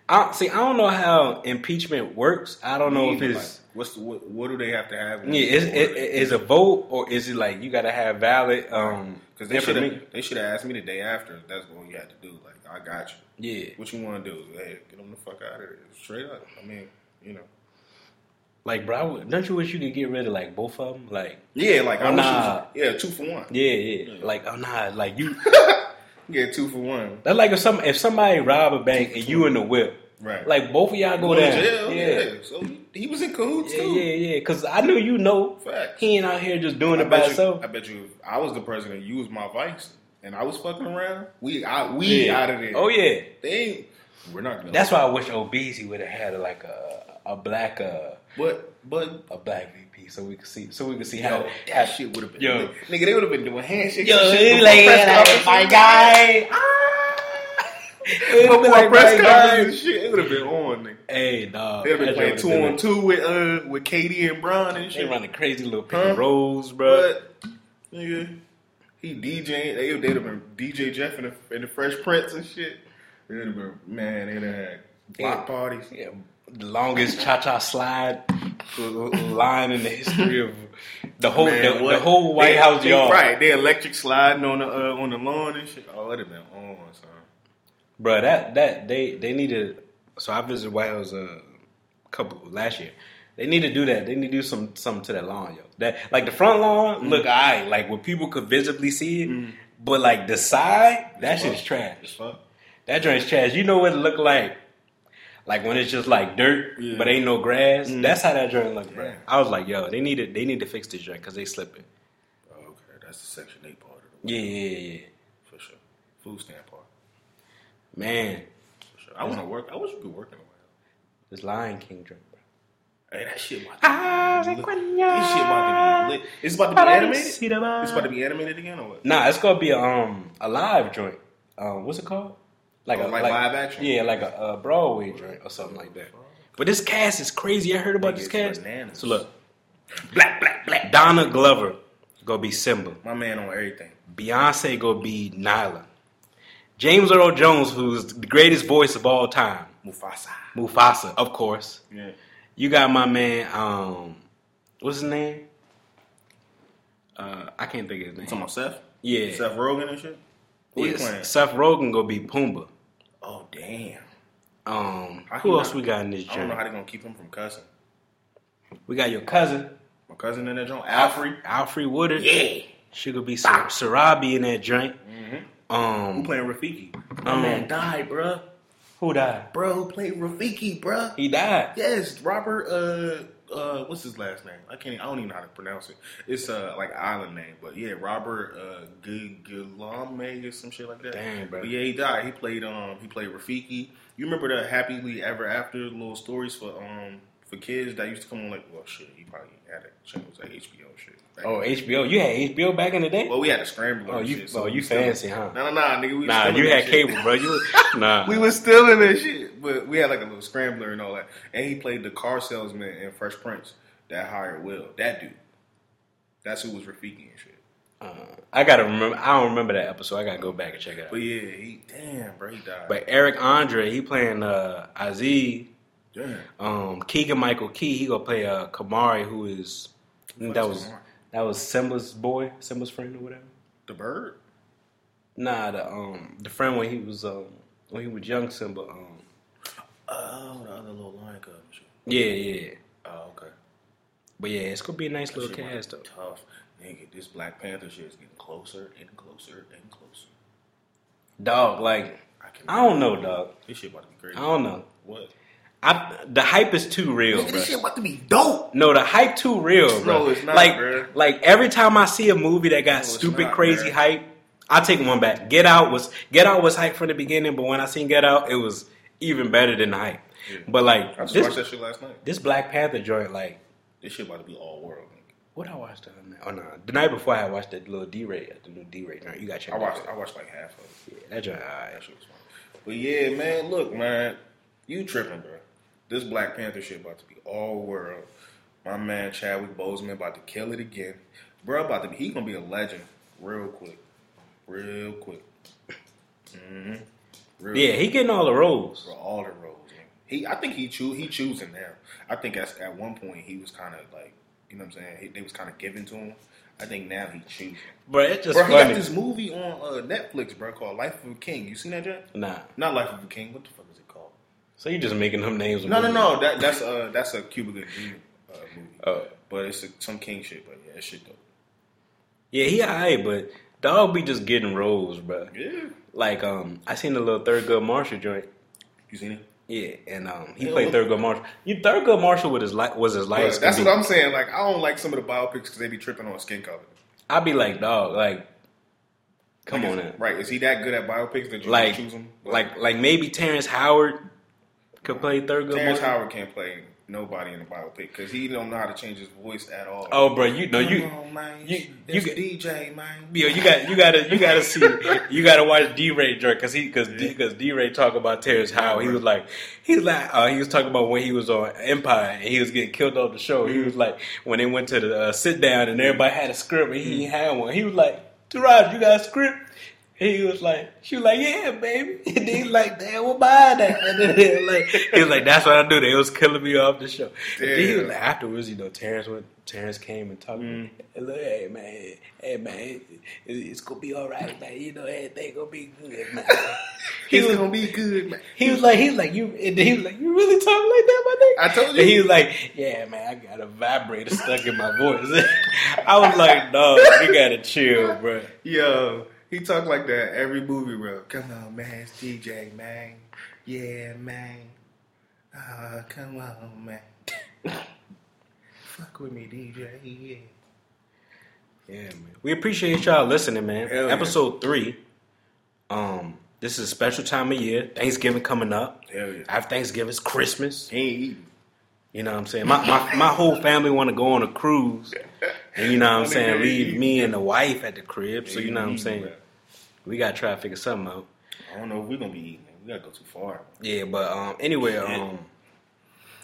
Speaker 4: I see. I don't know how impeachment works. I don't know if
Speaker 5: Meaning,
Speaker 4: it's.
Speaker 5: like, what's the, what, what do they have to have?
Speaker 4: Yeah, is, is, is a vote or is it like you got to have valid um
Speaker 5: because they should
Speaker 4: information?
Speaker 5: have they should have asked me the day after. If that's what you had to do. Like I got you.
Speaker 4: Yeah,
Speaker 5: What you want to do? Hey, get them the fuck out of there. Straight up. I mean, you know.
Speaker 4: like bro, I would- don't you wish you could get rid of like both of them? Like,
Speaker 5: Yeah, like I wish
Speaker 4: Nah.
Speaker 5: it was, yeah, two for one. Yeah.
Speaker 4: yeah, yeah, like oh nah, like you.
Speaker 5: two for one.
Speaker 4: That's like if some if somebody rob a bank and you in the whip,
Speaker 5: Right.
Speaker 4: Like both of y'all go
Speaker 5: Go to
Speaker 4: down.
Speaker 5: jail. Yeah.
Speaker 4: yeah.
Speaker 5: So he was in cahoots
Speaker 4: Yeah,
Speaker 5: too.
Speaker 4: yeah, yeah. Cause I knew you know
Speaker 5: Facts.
Speaker 4: he ain't out here just doing
Speaker 5: I
Speaker 4: it by
Speaker 5: bet, you,
Speaker 4: himself.
Speaker 5: I bet you, if I was the president, you was my vice, and I was fucking around. We, I, we
Speaker 4: Yeah.
Speaker 5: out of there.
Speaker 4: Oh yeah,
Speaker 5: they ain't. We're not gonna.
Speaker 4: that's why I wish Obese would have had like a a black uh,
Speaker 5: But but
Speaker 4: a black VP so we could see so we could see how
Speaker 5: yo, that shit would have been.
Speaker 4: Yo.
Speaker 5: nigga, they would have been doing handshakes.
Speaker 4: Yo, it
Speaker 5: and shit
Speaker 4: be
Speaker 5: before
Speaker 4: like,
Speaker 5: press
Speaker 4: yeah, like,
Speaker 5: conferences.
Speaker 4: my guy. It
Speaker 5: Before
Speaker 4: be like,
Speaker 5: press
Speaker 4: Oh my guy.
Speaker 5: conferences and shit, it would have been on. Nigga.
Speaker 4: Hey, dog.
Speaker 5: They would have been playing two on two with uh with Katie and Bron and
Speaker 4: They
Speaker 5: shit.
Speaker 4: running crazy little pick
Speaker 5: Huh?
Speaker 4: and rolls, bro.
Speaker 5: But nigga, he DJing. They would have been DJ Jeff and the, and the Fresh Prince and shit. It would have been man. They'd have had block parties.
Speaker 4: Yeah, the longest cha cha slide l- line in the history of the whole
Speaker 5: Man,
Speaker 4: Oh, the,
Speaker 5: what?
Speaker 4: the whole White
Speaker 5: They-
Speaker 4: House
Speaker 5: they-
Speaker 4: yard,
Speaker 5: Right, they electric sliding on the uh, on the lawn and shit. Oh, it'd have been on, son.
Speaker 4: bro. That that they they need to. So I visited White House uh, a couple last year. They need to do that. They need to do some something to that lawn, yo. That like the front lawn look alright, like where people could visibly see it, but like the side, that shit is trash.
Speaker 5: It's fun.
Speaker 4: That joint's trash. You know what it look like? Like when it's just like dirt,
Speaker 5: Yeah.
Speaker 4: but ain't no grass. That's how that joint look, bro.
Speaker 5: Yeah.
Speaker 4: I was like, yo, they need to they need to fix this joint because they slipping.
Speaker 5: Oh, okay, that's the section eight part of the
Speaker 4: Yeah, yeah, yeah, yeah.
Speaker 5: for sure. Food stamp part
Speaker 4: Man,
Speaker 5: for sure. I want to work. I wish you could work in a while.
Speaker 4: this Lion King joint, bro.
Speaker 5: Hey, that shit about to be lit. This shit about to be lit. It's about to be animated. It's about to be animated again or what?
Speaker 4: Nah, it's gonna be a, um a live joint. Um, what's it called? Like
Speaker 5: Oh, like live action?
Speaker 4: Yeah, like a, a Broadway joint or something like that. But this cast is crazy. I heard about
Speaker 5: Nigga,
Speaker 4: this
Speaker 5: it's
Speaker 4: cast.
Speaker 5: bananas.
Speaker 4: So look, black, black, black. Donna Glover gonna be Simba.
Speaker 5: My man on everything.
Speaker 4: Beyonce gonna be Nyla. James Earl Jones, who's the greatest voice of all time,
Speaker 5: Mufasa.
Speaker 4: Mufasa, of course.
Speaker 5: Yeah.
Speaker 4: You got my man, um, what's his name? Uh, I can't think of his
Speaker 5: Talking
Speaker 4: name.
Speaker 5: about Seth.
Speaker 4: Yeah.
Speaker 5: Seth Rogen and shit. Who you playing?
Speaker 4: Yes, Seth Rogen gonna be Pumbaa.
Speaker 5: Oh damn.
Speaker 4: Um,
Speaker 5: How
Speaker 4: who
Speaker 5: he
Speaker 4: else
Speaker 5: not-
Speaker 4: we got in this
Speaker 5: I don't know how
Speaker 4: joint?
Speaker 5: they gonna keep him from cussing.
Speaker 4: We got your cousin,
Speaker 5: My cousin in that joint, Alfred.
Speaker 4: Alfred Woodard.
Speaker 5: Yeah.
Speaker 4: She could be Sar- Sarabi in that joint.
Speaker 5: Mm-hmm. Who
Speaker 4: Um,
Speaker 5: playing Rafiki? My
Speaker 4: Um,
Speaker 5: man died, bruh.
Speaker 4: who died?
Speaker 5: Bro, who played Rafiki, bruh?
Speaker 4: He died.
Speaker 5: Yes, Robert. Uh, uh, what's his last name? I can't. I don't even know how to pronounce it. It's uh like an island name, but yeah, Robert uh, G- Gulame or some shit like that.
Speaker 4: Dang, bro.
Speaker 5: But yeah, he died. He played um he played Rafiki. You remember the Happily Ever After little stories for um for kids that used to come on like, well, shit, you probably had it channels like HBO shit. Back
Speaker 4: Oh, HBO. You had HBO back in the day?
Speaker 5: Well, we had a scrambler.
Speaker 4: Oh,
Speaker 5: and
Speaker 4: you-
Speaker 5: shit,
Speaker 4: oh,
Speaker 5: we
Speaker 4: you
Speaker 5: still-
Speaker 4: fancy, huh?
Speaker 5: Nah, nah, nah, nigga. We was
Speaker 4: Nah,
Speaker 5: still in
Speaker 4: you
Speaker 5: that
Speaker 4: had
Speaker 5: shit.
Speaker 4: cable, bro. You nah.
Speaker 5: We was still in that shit, but we had like a little scrambler and all that. And he played the car salesman in Fresh Prince that hired Will. That dude. That's who was Rafiki and shit.
Speaker 4: Uh, I gotta remember. I don't remember that episode. I gotta go back and check it out.
Speaker 5: But yeah, he damn, bro, he died.
Speaker 4: But Eric Andre, he playing uh, Aziz.
Speaker 5: damn,
Speaker 4: Um, Keegan Michael Key, he gonna play uh, Kamari, who is I think that
Speaker 5: What's
Speaker 4: was
Speaker 5: Kamari?
Speaker 4: that was Simba's boy, Simba's friend or whatever.
Speaker 5: the bird.
Speaker 4: Nah, the um the friend when he was um when he was young Simba. Um,
Speaker 5: Oh, the other little lion cub. and shit.
Speaker 4: yeah, yeah.
Speaker 5: Oh, okay.
Speaker 4: But yeah, it's gonna be a nice little
Speaker 5: Shit might be
Speaker 4: cast though.
Speaker 5: Tough, nigga. This Black Panther shit is getting closer and closer and closer.
Speaker 4: Dog, like
Speaker 5: I can.
Speaker 4: I don't know, dog.
Speaker 5: This shit about to be crazy.
Speaker 4: I don't know.
Speaker 5: What?
Speaker 4: I the hype is too real,
Speaker 5: Nigga,
Speaker 4: bro.
Speaker 5: this shit about to be dope.
Speaker 4: No, the hype too real,
Speaker 5: No,
Speaker 4: bro.
Speaker 5: it's not,
Speaker 4: like,
Speaker 5: bruh.
Speaker 4: like every time I see a movie that got
Speaker 5: it's
Speaker 4: stupid,
Speaker 5: not,
Speaker 4: crazy
Speaker 5: bruh.
Speaker 4: hype, I take one back. Get Out was Get Out was hype from the beginning, but when I seen Get Out, it was even better than the hype. But like
Speaker 5: I just watched that
Speaker 4: this,
Speaker 5: shit last night.
Speaker 4: this Black Panther joint, like
Speaker 5: This shit about to be all world. Nigga.
Speaker 4: what I watched on that? Oh no, the night before I had watched that little D Ray, the new D Ray joint. You got check.
Speaker 5: I
Speaker 4: that
Speaker 5: watched.
Speaker 4: out.
Speaker 5: I watched like half of it.
Speaker 4: Yeah, that joint. All right.
Speaker 5: That shit was fun. But yeah, man. Look, man. You tripping, bro? This Black Panther shit about to be all world. My man Chadwick Boseman about to kill it again, bro. About to be. He gonna be a legend real quick, real quick. Mm-hmm. Real
Speaker 4: Yeah, he getting all the roles.
Speaker 5: for all the roles. man. He, I think he choo- he choosing now. I think at at one point he was kind of like, you know what I'm saying? He, they was kind of giving to him. I think now he choosing.
Speaker 4: Bro, it's just
Speaker 5: Bro, he
Speaker 4: funny.
Speaker 5: got this movie on uh, Netflix, bro, called Life of a King. You seen that, Jack?
Speaker 4: nah,
Speaker 5: Not Life of a King. What the fuck is it called?
Speaker 4: so you just making them names?
Speaker 5: No, no, no. That that's uh that's a Cuba Gooding Jr. Uh, movie.
Speaker 4: Oh.
Speaker 5: But it's a, some King shit. But yeah, that shit though.
Speaker 4: Yeah, he alright, but dog be just getting roles, bro.
Speaker 5: Yeah.
Speaker 4: Like um, I seen the little Third Good Marshall joint.
Speaker 5: You seen it?
Speaker 4: Yeah, and um, he
Speaker 5: Yeah,
Speaker 4: played
Speaker 5: look-
Speaker 4: Third Good Marshall. You Third Good Marshall with his light was his
Speaker 5: But
Speaker 4: light.
Speaker 5: that's what I'm saying. Like I don't like some of the biopics because they be tripping on skin color.
Speaker 4: I'd be like, dog, like, come on, now.
Speaker 5: Right? Is he that good at biopics that you
Speaker 4: like,
Speaker 5: choose him?
Speaker 4: like, like maybe Terrence Howard could play Third Good
Speaker 5: Terrence
Speaker 4: Marshall.
Speaker 5: Howard can't play nobody in the biopic because he don't know how to change his voice at all.
Speaker 4: Oh, bro, you know
Speaker 5: Come
Speaker 4: you.
Speaker 5: on, man.
Speaker 4: you-
Speaker 5: It's
Speaker 4: you get-
Speaker 5: DJ man.
Speaker 4: Yo, you got you gotta you gotta see you gotta watch D Ray joint because he because because D Ray talk about Terrence Howard. He was like he was like uh, he was talking about when he was on Empire and he was getting killed off the show. He was like when they went to the uh, sit down and everybody had a script and he ain't had one. He was like, Terrence, you got a script? He was like, she was like, yeah, baby. And then he was like, damn, what behind that? And then he was like, he was like, that's what I knew. They was killing me off the show. And then he was
Speaker 5: Damn.
Speaker 4: like, afterwards, you know, Terrence went, Terrence came and talked. to me.
Speaker 5: Mm.
Speaker 4: And look, hey man, hey man, it, it- it's gonna be all right, man. You know, everything gonna be good, man. he
Speaker 5: He's
Speaker 4: was,
Speaker 5: gonna be good, man.
Speaker 4: he was like, he was like, you, and then he was like, you really talking like that, my nigga?
Speaker 5: I told
Speaker 4: And he
Speaker 5: you.
Speaker 4: was like, yeah, man, I got a vibrator stuck in my voice. I was like, no, you gotta chill, bro.
Speaker 5: Yo, he talk like that every movie, bro. Come on, man, it's DJ man. Yeah, man. Ah, come on, man. Fuck with me, DJ. Yeah.
Speaker 4: Yeah, man. We appreciate y'all listening, man.
Speaker 5: Hell yeah.
Speaker 4: Episode three. Um, this is a special time of year. Thanksgiving coming up.
Speaker 5: Hell yeah.
Speaker 4: After Thanksgiving's Christmas.
Speaker 5: He ain't eating.
Speaker 4: You know what I'm saying? My my, my whole family want to go on a cruise. And you know what I'm saying? Leave me and the wife at the crib. So you know what I'm saying? We got to try to figure something out.
Speaker 5: I don't know if we're gonna be eating. man. We gotta go too far.
Speaker 4: Yeah, but um anyway, um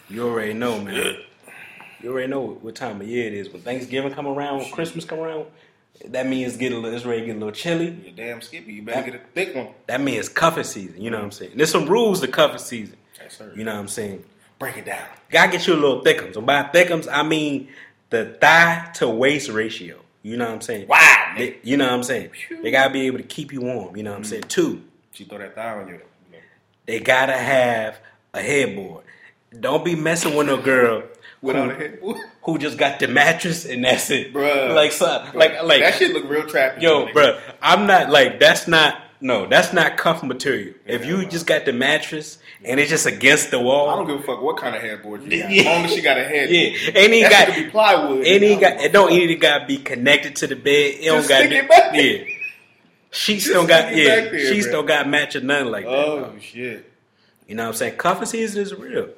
Speaker 4: you already know, man. You already know what time of year it is. When Thanksgiving come around, when Christmas come around, that means it's getting a little, it's ready to get a little chilly.
Speaker 5: You're damn skippy. You better get a thick one.
Speaker 4: That means cuffing season. You know what I'm saying? There's some rules to cuffing season.
Speaker 5: Yes, sir.
Speaker 4: You know what I'm saying?
Speaker 5: Break it down.
Speaker 4: Gotta get you a little thickums. And by thickums, I mean the thigh to waist ratio. You know what I'm saying?
Speaker 5: Wow,
Speaker 4: They- you know what I'm saying? They gotta be able to keep you warm. You know what I'm saying? Two,
Speaker 5: She throw that thigh on you. you know.
Speaker 4: they gotta have a headboard. Don't be messing with no girl who,
Speaker 5: Without a head.
Speaker 4: who just got the mattress and that's it.
Speaker 5: Bruh.
Speaker 4: Like, son, like, like
Speaker 5: that shit look real trappy.
Speaker 4: Yo,
Speaker 5: nigga.
Speaker 4: bruh, I'm not like that's not no, that's not cuff material. If you just got the mattress and it's just against the
Speaker 5: I don't
Speaker 4: wall,
Speaker 5: give a fuck what kind of headboard you got.
Speaker 4: Yeah.
Speaker 5: As long as she got a head.
Speaker 4: yeah, and he
Speaker 5: that
Speaker 4: got
Speaker 5: shit could be plywood.
Speaker 4: and he
Speaker 5: I
Speaker 4: got it
Speaker 5: don't
Speaker 4: don't even got to be connected to the bed. It don't
Speaker 5: Just
Speaker 4: got
Speaker 5: stick it back.
Speaker 4: yeah. She still
Speaker 5: stick
Speaker 4: got
Speaker 5: it
Speaker 4: yeah.
Speaker 5: back there, Uh-huh.
Speaker 4: she
Speaker 5: bruh.
Speaker 4: still got match or nothing like
Speaker 5: give
Speaker 4: that.
Speaker 5: a-
Speaker 4: dog.
Speaker 5: Oh shit.
Speaker 4: You know what I'm saying? Cuffing season is real.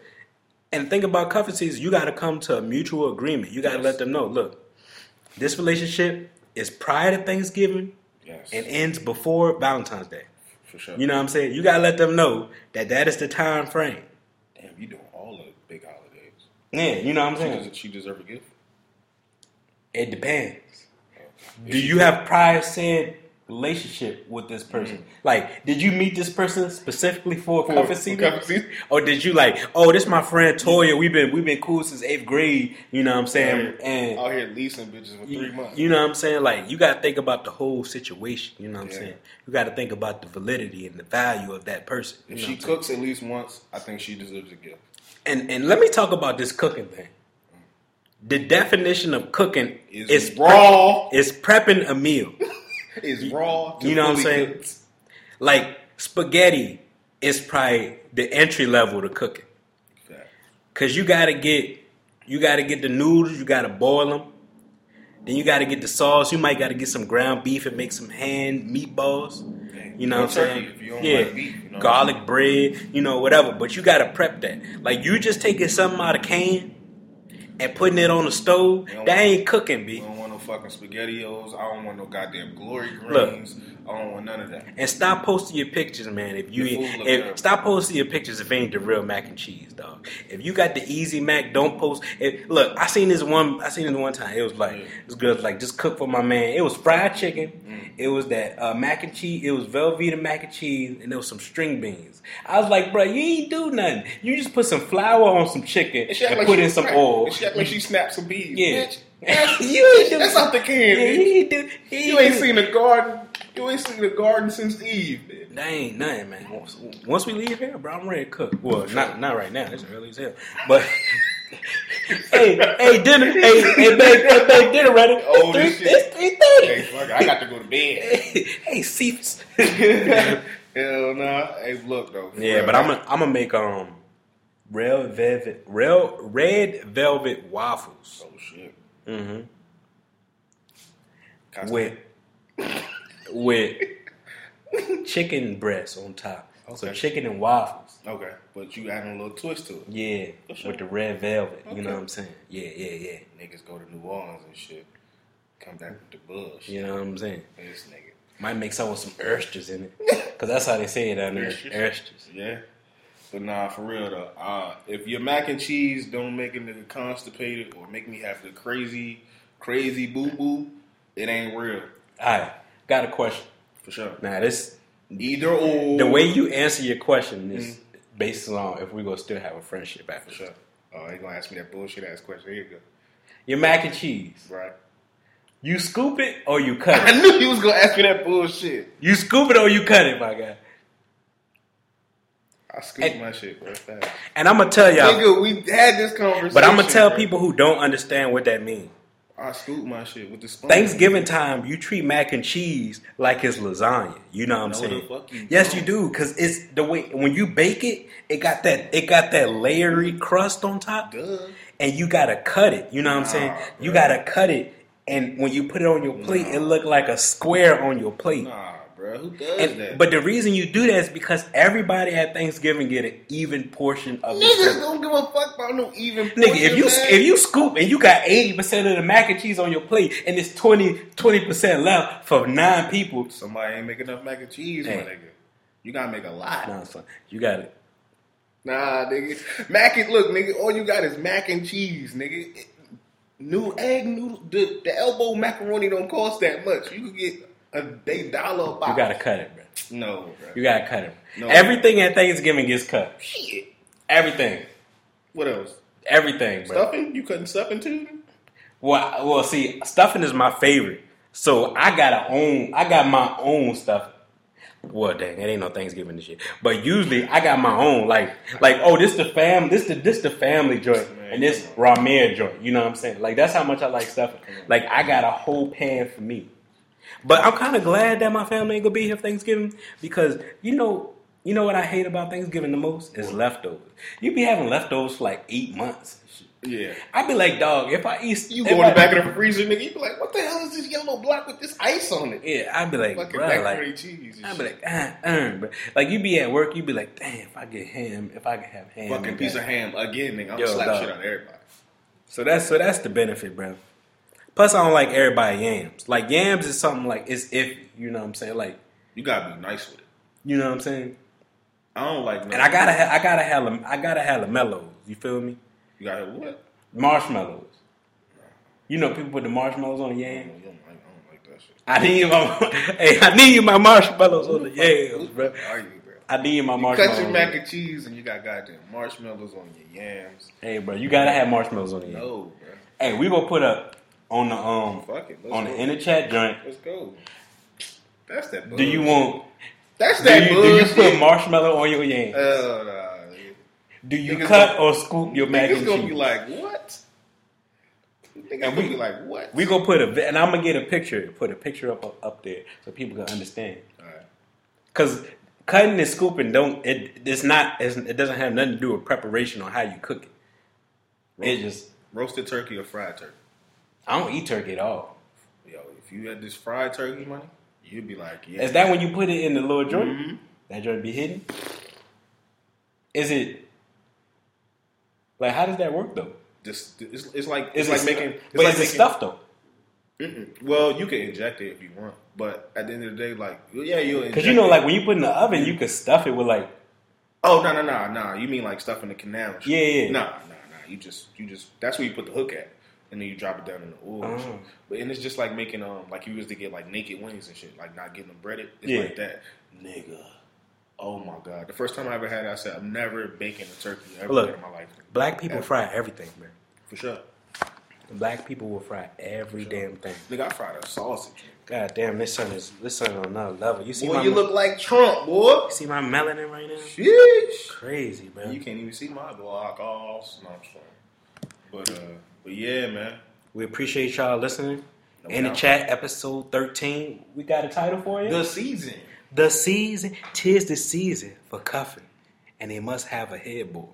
Speaker 4: And the thing about covenants is you got to come to a mutual agreement. You got to let them know, look, this relationship is prior to Thanksgiving
Speaker 5: Yes.
Speaker 4: and ends before Valentine's Day.
Speaker 5: for sure.
Speaker 4: You know what I'm saying? You got to let them know that that is the time frame.
Speaker 5: Damn, you doing all of the big holidays.
Speaker 4: Yeah, you know what I'm
Speaker 5: She
Speaker 4: saying?
Speaker 5: does she deserve a gift?
Speaker 4: It depends.
Speaker 5: If
Speaker 4: Do
Speaker 5: she-
Speaker 4: you have prior said relationship with this person? Like, did you meet this person specifically for,
Speaker 5: Mm-hmm. For-
Speaker 4: a cuffing
Speaker 5: for
Speaker 4: season?
Speaker 5: cuffing season?
Speaker 4: Or did you like, oh, this my friend Toya, we've been we've been cool since eighth grade, you know what I'm saying?
Speaker 5: Right.
Speaker 4: And
Speaker 5: out here leasing bitches for three
Speaker 4: you,
Speaker 5: months?
Speaker 4: you know what I'm saying? Like you gotta think about the whole situation, you know what I'm
Speaker 5: Yeah.
Speaker 4: saying? You gotta think about the validity and the value of that person. you
Speaker 5: if
Speaker 4: know
Speaker 5: she
Speaker 4: what I'm saying?
Speaker 5: cooks at least once, I think she deserves a gift.
Speaker 4: and and let me talk about this cooking thing. The definition of cooking
Speaker 5: Is
Speaker 4: is
Speaker 5: raw.
Speaker 4: Pre- is prepping a meal.
Speaker 5: It's raw. to
Speaker 4: You know what I'm
Speaker 5: fully
Speaker 4: saying?
Speaker 5: cooked.
Speaker 4: Like spaghetti is probably the entry level to cooking
Speaker 5: Fact.
Speaker 4: because you gotta get you gotta get the noodles, you gotta boil them, then you gotta get the sauce. You might gotta get some ground beef and make some hand meatballs. You know
Speaker 5: Or
Speaker 4: what I'm
Speaker 5: turkey,
Speaker 4: saying?
Speaker 5: if you don't
Speaker 4: yeah,
Speaker 5: like beef, you know.
Speaker 4: garlic bread, you know whatever. But you gotta prep that. Like you just taking something out of can and putting it on the stove.
Speaker 5: You don't
Speaker 4: That
Speaker 5: want-
Speaker 4: ain't cooking,
Speaker 5: I
Speaker 4: b.
Speaker 5: don't want no fucking spaghettios. I don't want no goddamn glory
Speaker 4: Look.
Speaker 5: greens. I don't want none of that.
Speaker 4: And stop posting your pictures, man. If you
Speaker 5: The food look
Speaker 4: if
Speaker 5: good.
Speaker 4: stop posting your pictures, if ain't the real mac and cheese, dog. If you got the easy mac, don't post. If, look, I seen this one. I seen this one time. It was like
Speaker 5: Yeah. Mm.
Speaker 4: this girl's like just cook for my man. It was fried chicken. It was that uh, mac and cheese. It was Velveeta mac and cheese, and there was some string beans. I was like, bro, you ain't do nothing. You just put some flour on some chicken and,
Speaker 5: act
Speaker 4: put
Speaker 5: she
Speaker 4: in some
Speaker 5: snapped-
Speaker 4: oil.
Speaker 5: And she act like she snapped some bees.
Speaker 4: yeah,
Speaker 5: Bitch, that's,
Speaker 4: You ain't do-
Speaker 5: that's out the can.
Speaker 4: Yeah,
Speaker 5: bitch.
Speaker 4: you ain't do.
Speaker 5: You ain't
Speaker 4: do-
Speaker 5: seen a garden. You ain't seen a garden since Eve. Man.
Speaker 4: That ain't nothing, man. Once, once we leave here, bro, I'm ready to cook. Well, not not right now. It's early as hell. But hey, hey, dinner, hey, hey, babe, hey, babe, dinner ready.
Speaker 5: Oh,
Speaker 4: it's
Speaker 5: this
Speaker 4: three,
Speaker 5: shit.
Speaker 4: it's three thirty.
Speaker 5: Hey, fuck, it, I got to go to bed.
Speaker 4: Hey, hey, Cephas.
Speaker 5: Hell nah. Hey, look though. for
Speaker 4: Yeah,
Speaker 5: real,
Speaker 4: but I'm
Speaker 5: man.
Speaker 4: gonna I'm gonna make um red velvet real red velvet waffles
Speaker 5: Oh shit.
Speaker 4: Mhm.
Speaker 5: Got some-
Speaker 4: with with chicken breasts on top. So
Speaker 5: Okay.
Speaker 4: chicken and waffles.
Speaker 5: Okay, but you adding a little twist to it.
Speaker 4: Yeah,
Speaker 5: For sure.
Speaker 4: with the red velvet. You know
Speaker 5: Okay.
Speaker 4: what I'm saying? Yeah, yeah, yeah.
Speaker 5: Niggas go to New Orleans and shit. Come back with the bush.
Speaker 4: You know what I'm saying?
Speaker 5: This nigga.
Speaker 4: Might make someone some oysters in it, cause that's how they say it down there.
Speaker 5: Oysters.
Speaker 4: Oysters.
Speaker 5: Yeah. But nah, for real though. Uh, if your mac and cheese don't make a nigga constipated or make me have the crazy, crazy boo boo, it ain't real.
Speaker 4: All right, got a question.
Speaker 5: For sure.
Speaker 4: Now this,
Speaker 5: Either or.
Speaker 4: the way you answer your question is based on if we gonna still have a friendship after
Speaker 5: Mm-hmm. For
Speaker 4: this.
Speaker 5: sure. Oh, they gonna ask me that bullshit ass question. Here you
Speaker 4: Your mac and cheese,
Speaker 5: go. Right.
Speaker 4: you scoop it or you cut
Speaker 5: I
Speaker 4: it.
Speaker 5: knew he was gonna ask me that bullshit.
Speaker 4: You scoop it or you cut it, my guy.
Speaker 5: I scooped
Speaker 4: Hey.
Speaker 5: my shit, bro. Fast.
Speaker 4: And I'm gonna tell y'all,
Speaker 5: Nigga, we had this conversation.
Speaker 4: but I'm gonna tell
Speaker 5: bro.
Speaker 4: people who don't understand what that means.
Speaker 5: I scooped my shit with the spoon.
Speaker 4: Thanksgiving time, you treat mac and cheese like it's lasagna. You know what I'm
Speaker 5: No,
Speaker 4: saying?
Speaker 5: the fuck you
Speaker 4: yes,
Speaker 5: don't.
Speaker 4: you do, because it's the way when you bake it, it got that it got that layery crust on top,
Speaker 5: Duh.
Speaker 4: and you gotta cut it. You know what I'm saying?
Speaker 5: Nah,
Speaker 4: You
Speaker 5: bruh.
Speaker 4: gotta cut it, and when you put it on your plate, it look like a square on your plate.
Speaker 5: Nah, bro. Who does
Speaker 4: And-
Speaker 5: that?
Speaker 4: but the reason you do that is because everybody at Thanksgiving get an even portion of the
Speaker 5: Niggas
Speaker 4: food.
Speaker 5: don't give a fuck about no even.
Speaker 4: Nigga, if you
Speaker 5: portion, man.
Speaker 4: if you scoop and you got eighty percent of the mac and cheese on your plate, and it's 20 percent left for nine people,
Speaker 5: somebody ain't making enough mac and cheese, my
Speaker 4: Hey.
Speaker 5: nigga, you gotta make a lot.
Speaker 4: nah, son, you got it.
Speaker 5: Nah, nigga, mac and look, nigga, all you got is mac and cheese, nigga. It- New egg noodle, the, the elbow macaroni don't cost that much. You can get a day dollar a box.
Speaker 4: You gotta cut it, bro.
Speaker 5: No, bro.
Speaker 4: You gotta cut it.
Speaker 5: No.
Speaker 4: Everything at Thanksgiving gets cut.
Speaker 5: Shit.
Speaker 4: Everything,
Speaker 5: What else?
Speaker 4: everything, bro.
Speaker 5: Stuffing? You cutting stuffing too?
Speaker 4: Well, I- well, see, stuffing is my favorite, so I gotta own. I got my own stuff. Well, dang, it ain't no Thanksgiving this year, but usually I got my own. Like, like, oh, this the fam, this the this the family joint,
Speaker 5: Man,
Speaker 4: and this ramen joint. You know what I'm saying? Like, that's how much I like stuffing. Like, I got a whole pan for me. But I'm kind of glad that my family ain't gonna be here for Thanksgiving because you know, you know what I hate about Thanksgiving the most is leftovers. You be having leftovers for like eight months.
Speaker 5: Yeah.
Speaker 4: I'd be like, dog, if I eat
Speaker 5: You
Speaker 4: if
Speaker 5: go in
Speaker 4: I-
Speaker 5: the back of the freezer, nigga. You be like, what the hell is this yellow block with this ice on it?
Speaker 4: Yeah, I'd be like,
Speaker 5: Fucking
Speaker 4: bruh,
Speaker 5: macaroni
Speaker 4: like,
Speaker 5: cheese. and
Speaker 4: I'd be
Speaker 5: shit.
Speaker 4: like, uh, uh, bro. like you be at work, you be like, damn, if I get ham, if I could have ham,
Speaker 5: fucking
Speaker 4: in
Speaker 5: piece
Speaker 4: that.
Speaker 5: of ham again, nigga. I'm
Speaker 4: Yo,
Speaker 5: gonna slap
Speaker 4: dog.
Speaker 5: shit out of everybody.
Speaker 4: So that's so that's the benefit, bro. Plus, I don't like everybody yams. Like yams is something like it's if you know what I'm saying. Like
Speaker 5: You gotta be nice with it.
Speaker 4: you know what I'm saying.
Speaker 5: I don't like.
Speaker 4: And I gotta ha- I gotta have lam- I gotta have mellows. You feel me?
Speaker 5: You gotta what?
Speaker 4: Marshmallows. You know people put the marshmallows on the
Speaker 5: I
Speaker 4: yam.
Speaker 5: don't, like, I don't like that shit.
Speaker 4: I need my hey, I need my marshmallows on the yams, bro.
Speaker 5: Are you, bro?
Speaker 4: I need my
Speaker 5: You cut your mac
Speaker 4: marshmallows.
Speaker 5: and cheese and you got goddamn marshmallows on your yams.
Speaker 4: Hey, bro, you gotta have marshmallows on the yam.
Speaker 5: No, bro.
Speaker 4: Hey, we gonna put up on the um
Speaker 5: Fuck it. Let's
Speaker 4: on the
Speaker 5: go.
Speaker 4: inner chat joint.
Speaker 5: Let's go. That's that. Bullshit.
Speaker 4: Do you want?
Speaker 5: That's
Speaker 4: Do you,
Speaker 5: that
Speaker 4: do you
Speaker 5: bullshit.
Speaker 4: put marshmallow on your yams?
Speaker 5: Hell nah, nigga.
Speaker 4: Do you
Speaker 5: Niggas
Speaker 4: cut
Speaker 5: gonna-
Speaker 4: or scoop your mac
Speaker 5: Niggas
Speaker 4: and
Speaker 5: gonna
Speaker 4: cheese?
Speaker 5: be like, what? Niggas
Speaker 4: And
Speaker 5: gonna
Speaker 4: we-
Speaker 5: be like, what?
Speaker 4: we gonna put a vi- and I'm gonna get a picture, put a picture up up there so people can understand.
Speaker 5: Alright.
Speaker 4: Cause cutting and scooping don't it it's not it's, it doesn't have nothing to do with preparation on how you cook it. It just
Speaker 5: Roasted turkey or fried turkey?
Speaker 4: I don't eat turkey at all.
Speaker 5: Yo, if you had this fried turkey money, you'd be like, yeah.
Speaker 4: Is that when you put it in the little joint?
Speaker 5: Mm-hmm.
Speaker 4: That joint be hidden? Is it like how does that work though?
Speaker 5: This, it's, it's like
Speaker 4: Is
Speaker 5: it's,
Speaker 4: it
Speaker 5: like
Speaker 4: stu-
Speaker 5: making. It's
Speaker 4: but
Speaker 5: like
Speaker 4: is it
Speaker 5: making-
Speaker 4: stuffed though?
Speaker 5: Mm-mm. Well, you can inject it if you want, but at the end of the day, like, yeah, you'll.
Speaker 4: Because
Speaker 5: inject
Speaker 4: you know,
Speaker 5: it.
Speaker 4: like when you put it in the oven, you could stuff it with like
Speaker 5: Oh no no no no! You mean like stuff in the canal? and shit.
Speaker 4: Yeah, yeah, yeah.
Speaker 5: No no no! You just you just that's where you put the hook at, and then you drop it down in the oil. and
Speaker 4: Oh.
Speaker 5: shit. But and it's just like making um like you used to get like naked wings and shit, like not getting them breaded. It's
Speaker 4: Yeah.
Speaker 5: like that, nigga. Oh my god! The first time I ever had, it, I said I'm never baking a turkey ever
Speaker 4: Look,
Speaker 5: in my life.
Speaker 4: black people
Speaker 5: Ever.
Speaker 4: fry everything, man.
Speaker 5: for sure.
Speaker 4: Black people will fry every damn thing.
Speaker 5: Nigga, I fried a sausage.
Speaker 4: God damn, this son is this son on another level. You see
Speaker 5: Boy,
Speaker 4: my
Speaker 5: you
Speaker 4: me-
Speaker 5: look like Trump, boy.
Speaker 4: you see my melanin right now?
Speaker 5: Sheesh.
Speaker 4: Crazy, man.
Speaker 5: You can't even see my block off. No, I'm sorry. But uh, but yeah, man.
Speaker 4: We appreciate y'all listening.
Speaker 5: No
Speaker 4: In the
Speaker 5: doubt.
Speaker 4: chat, episode thirteen. We got a title for you. The,
Speaker 5: The season.
Speaker 4: season, tis the season for cuffing, and they must have a headboard.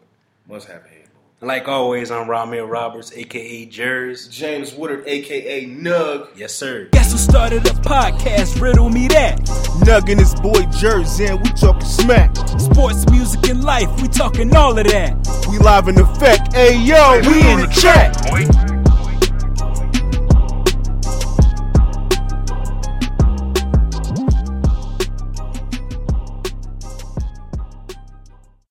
Speaker 5: Must have a headboard.
Speaker 4: Like always, I'm Ramil Roberts, aka Jers.
Speaker 5: James Woodard, aka Nug.
Speaker 4: Yes, sir.
Speaker 1: Guess who started the podcast? Riddle me that.
Speaker 2: Nug and his boy Jersey, and we talking smack.
Speaker 1: Sports, music, and life. We talking all of that.
Speaker 2: We live in effect, ayo, we in the chat.
Speaker 6: Boy.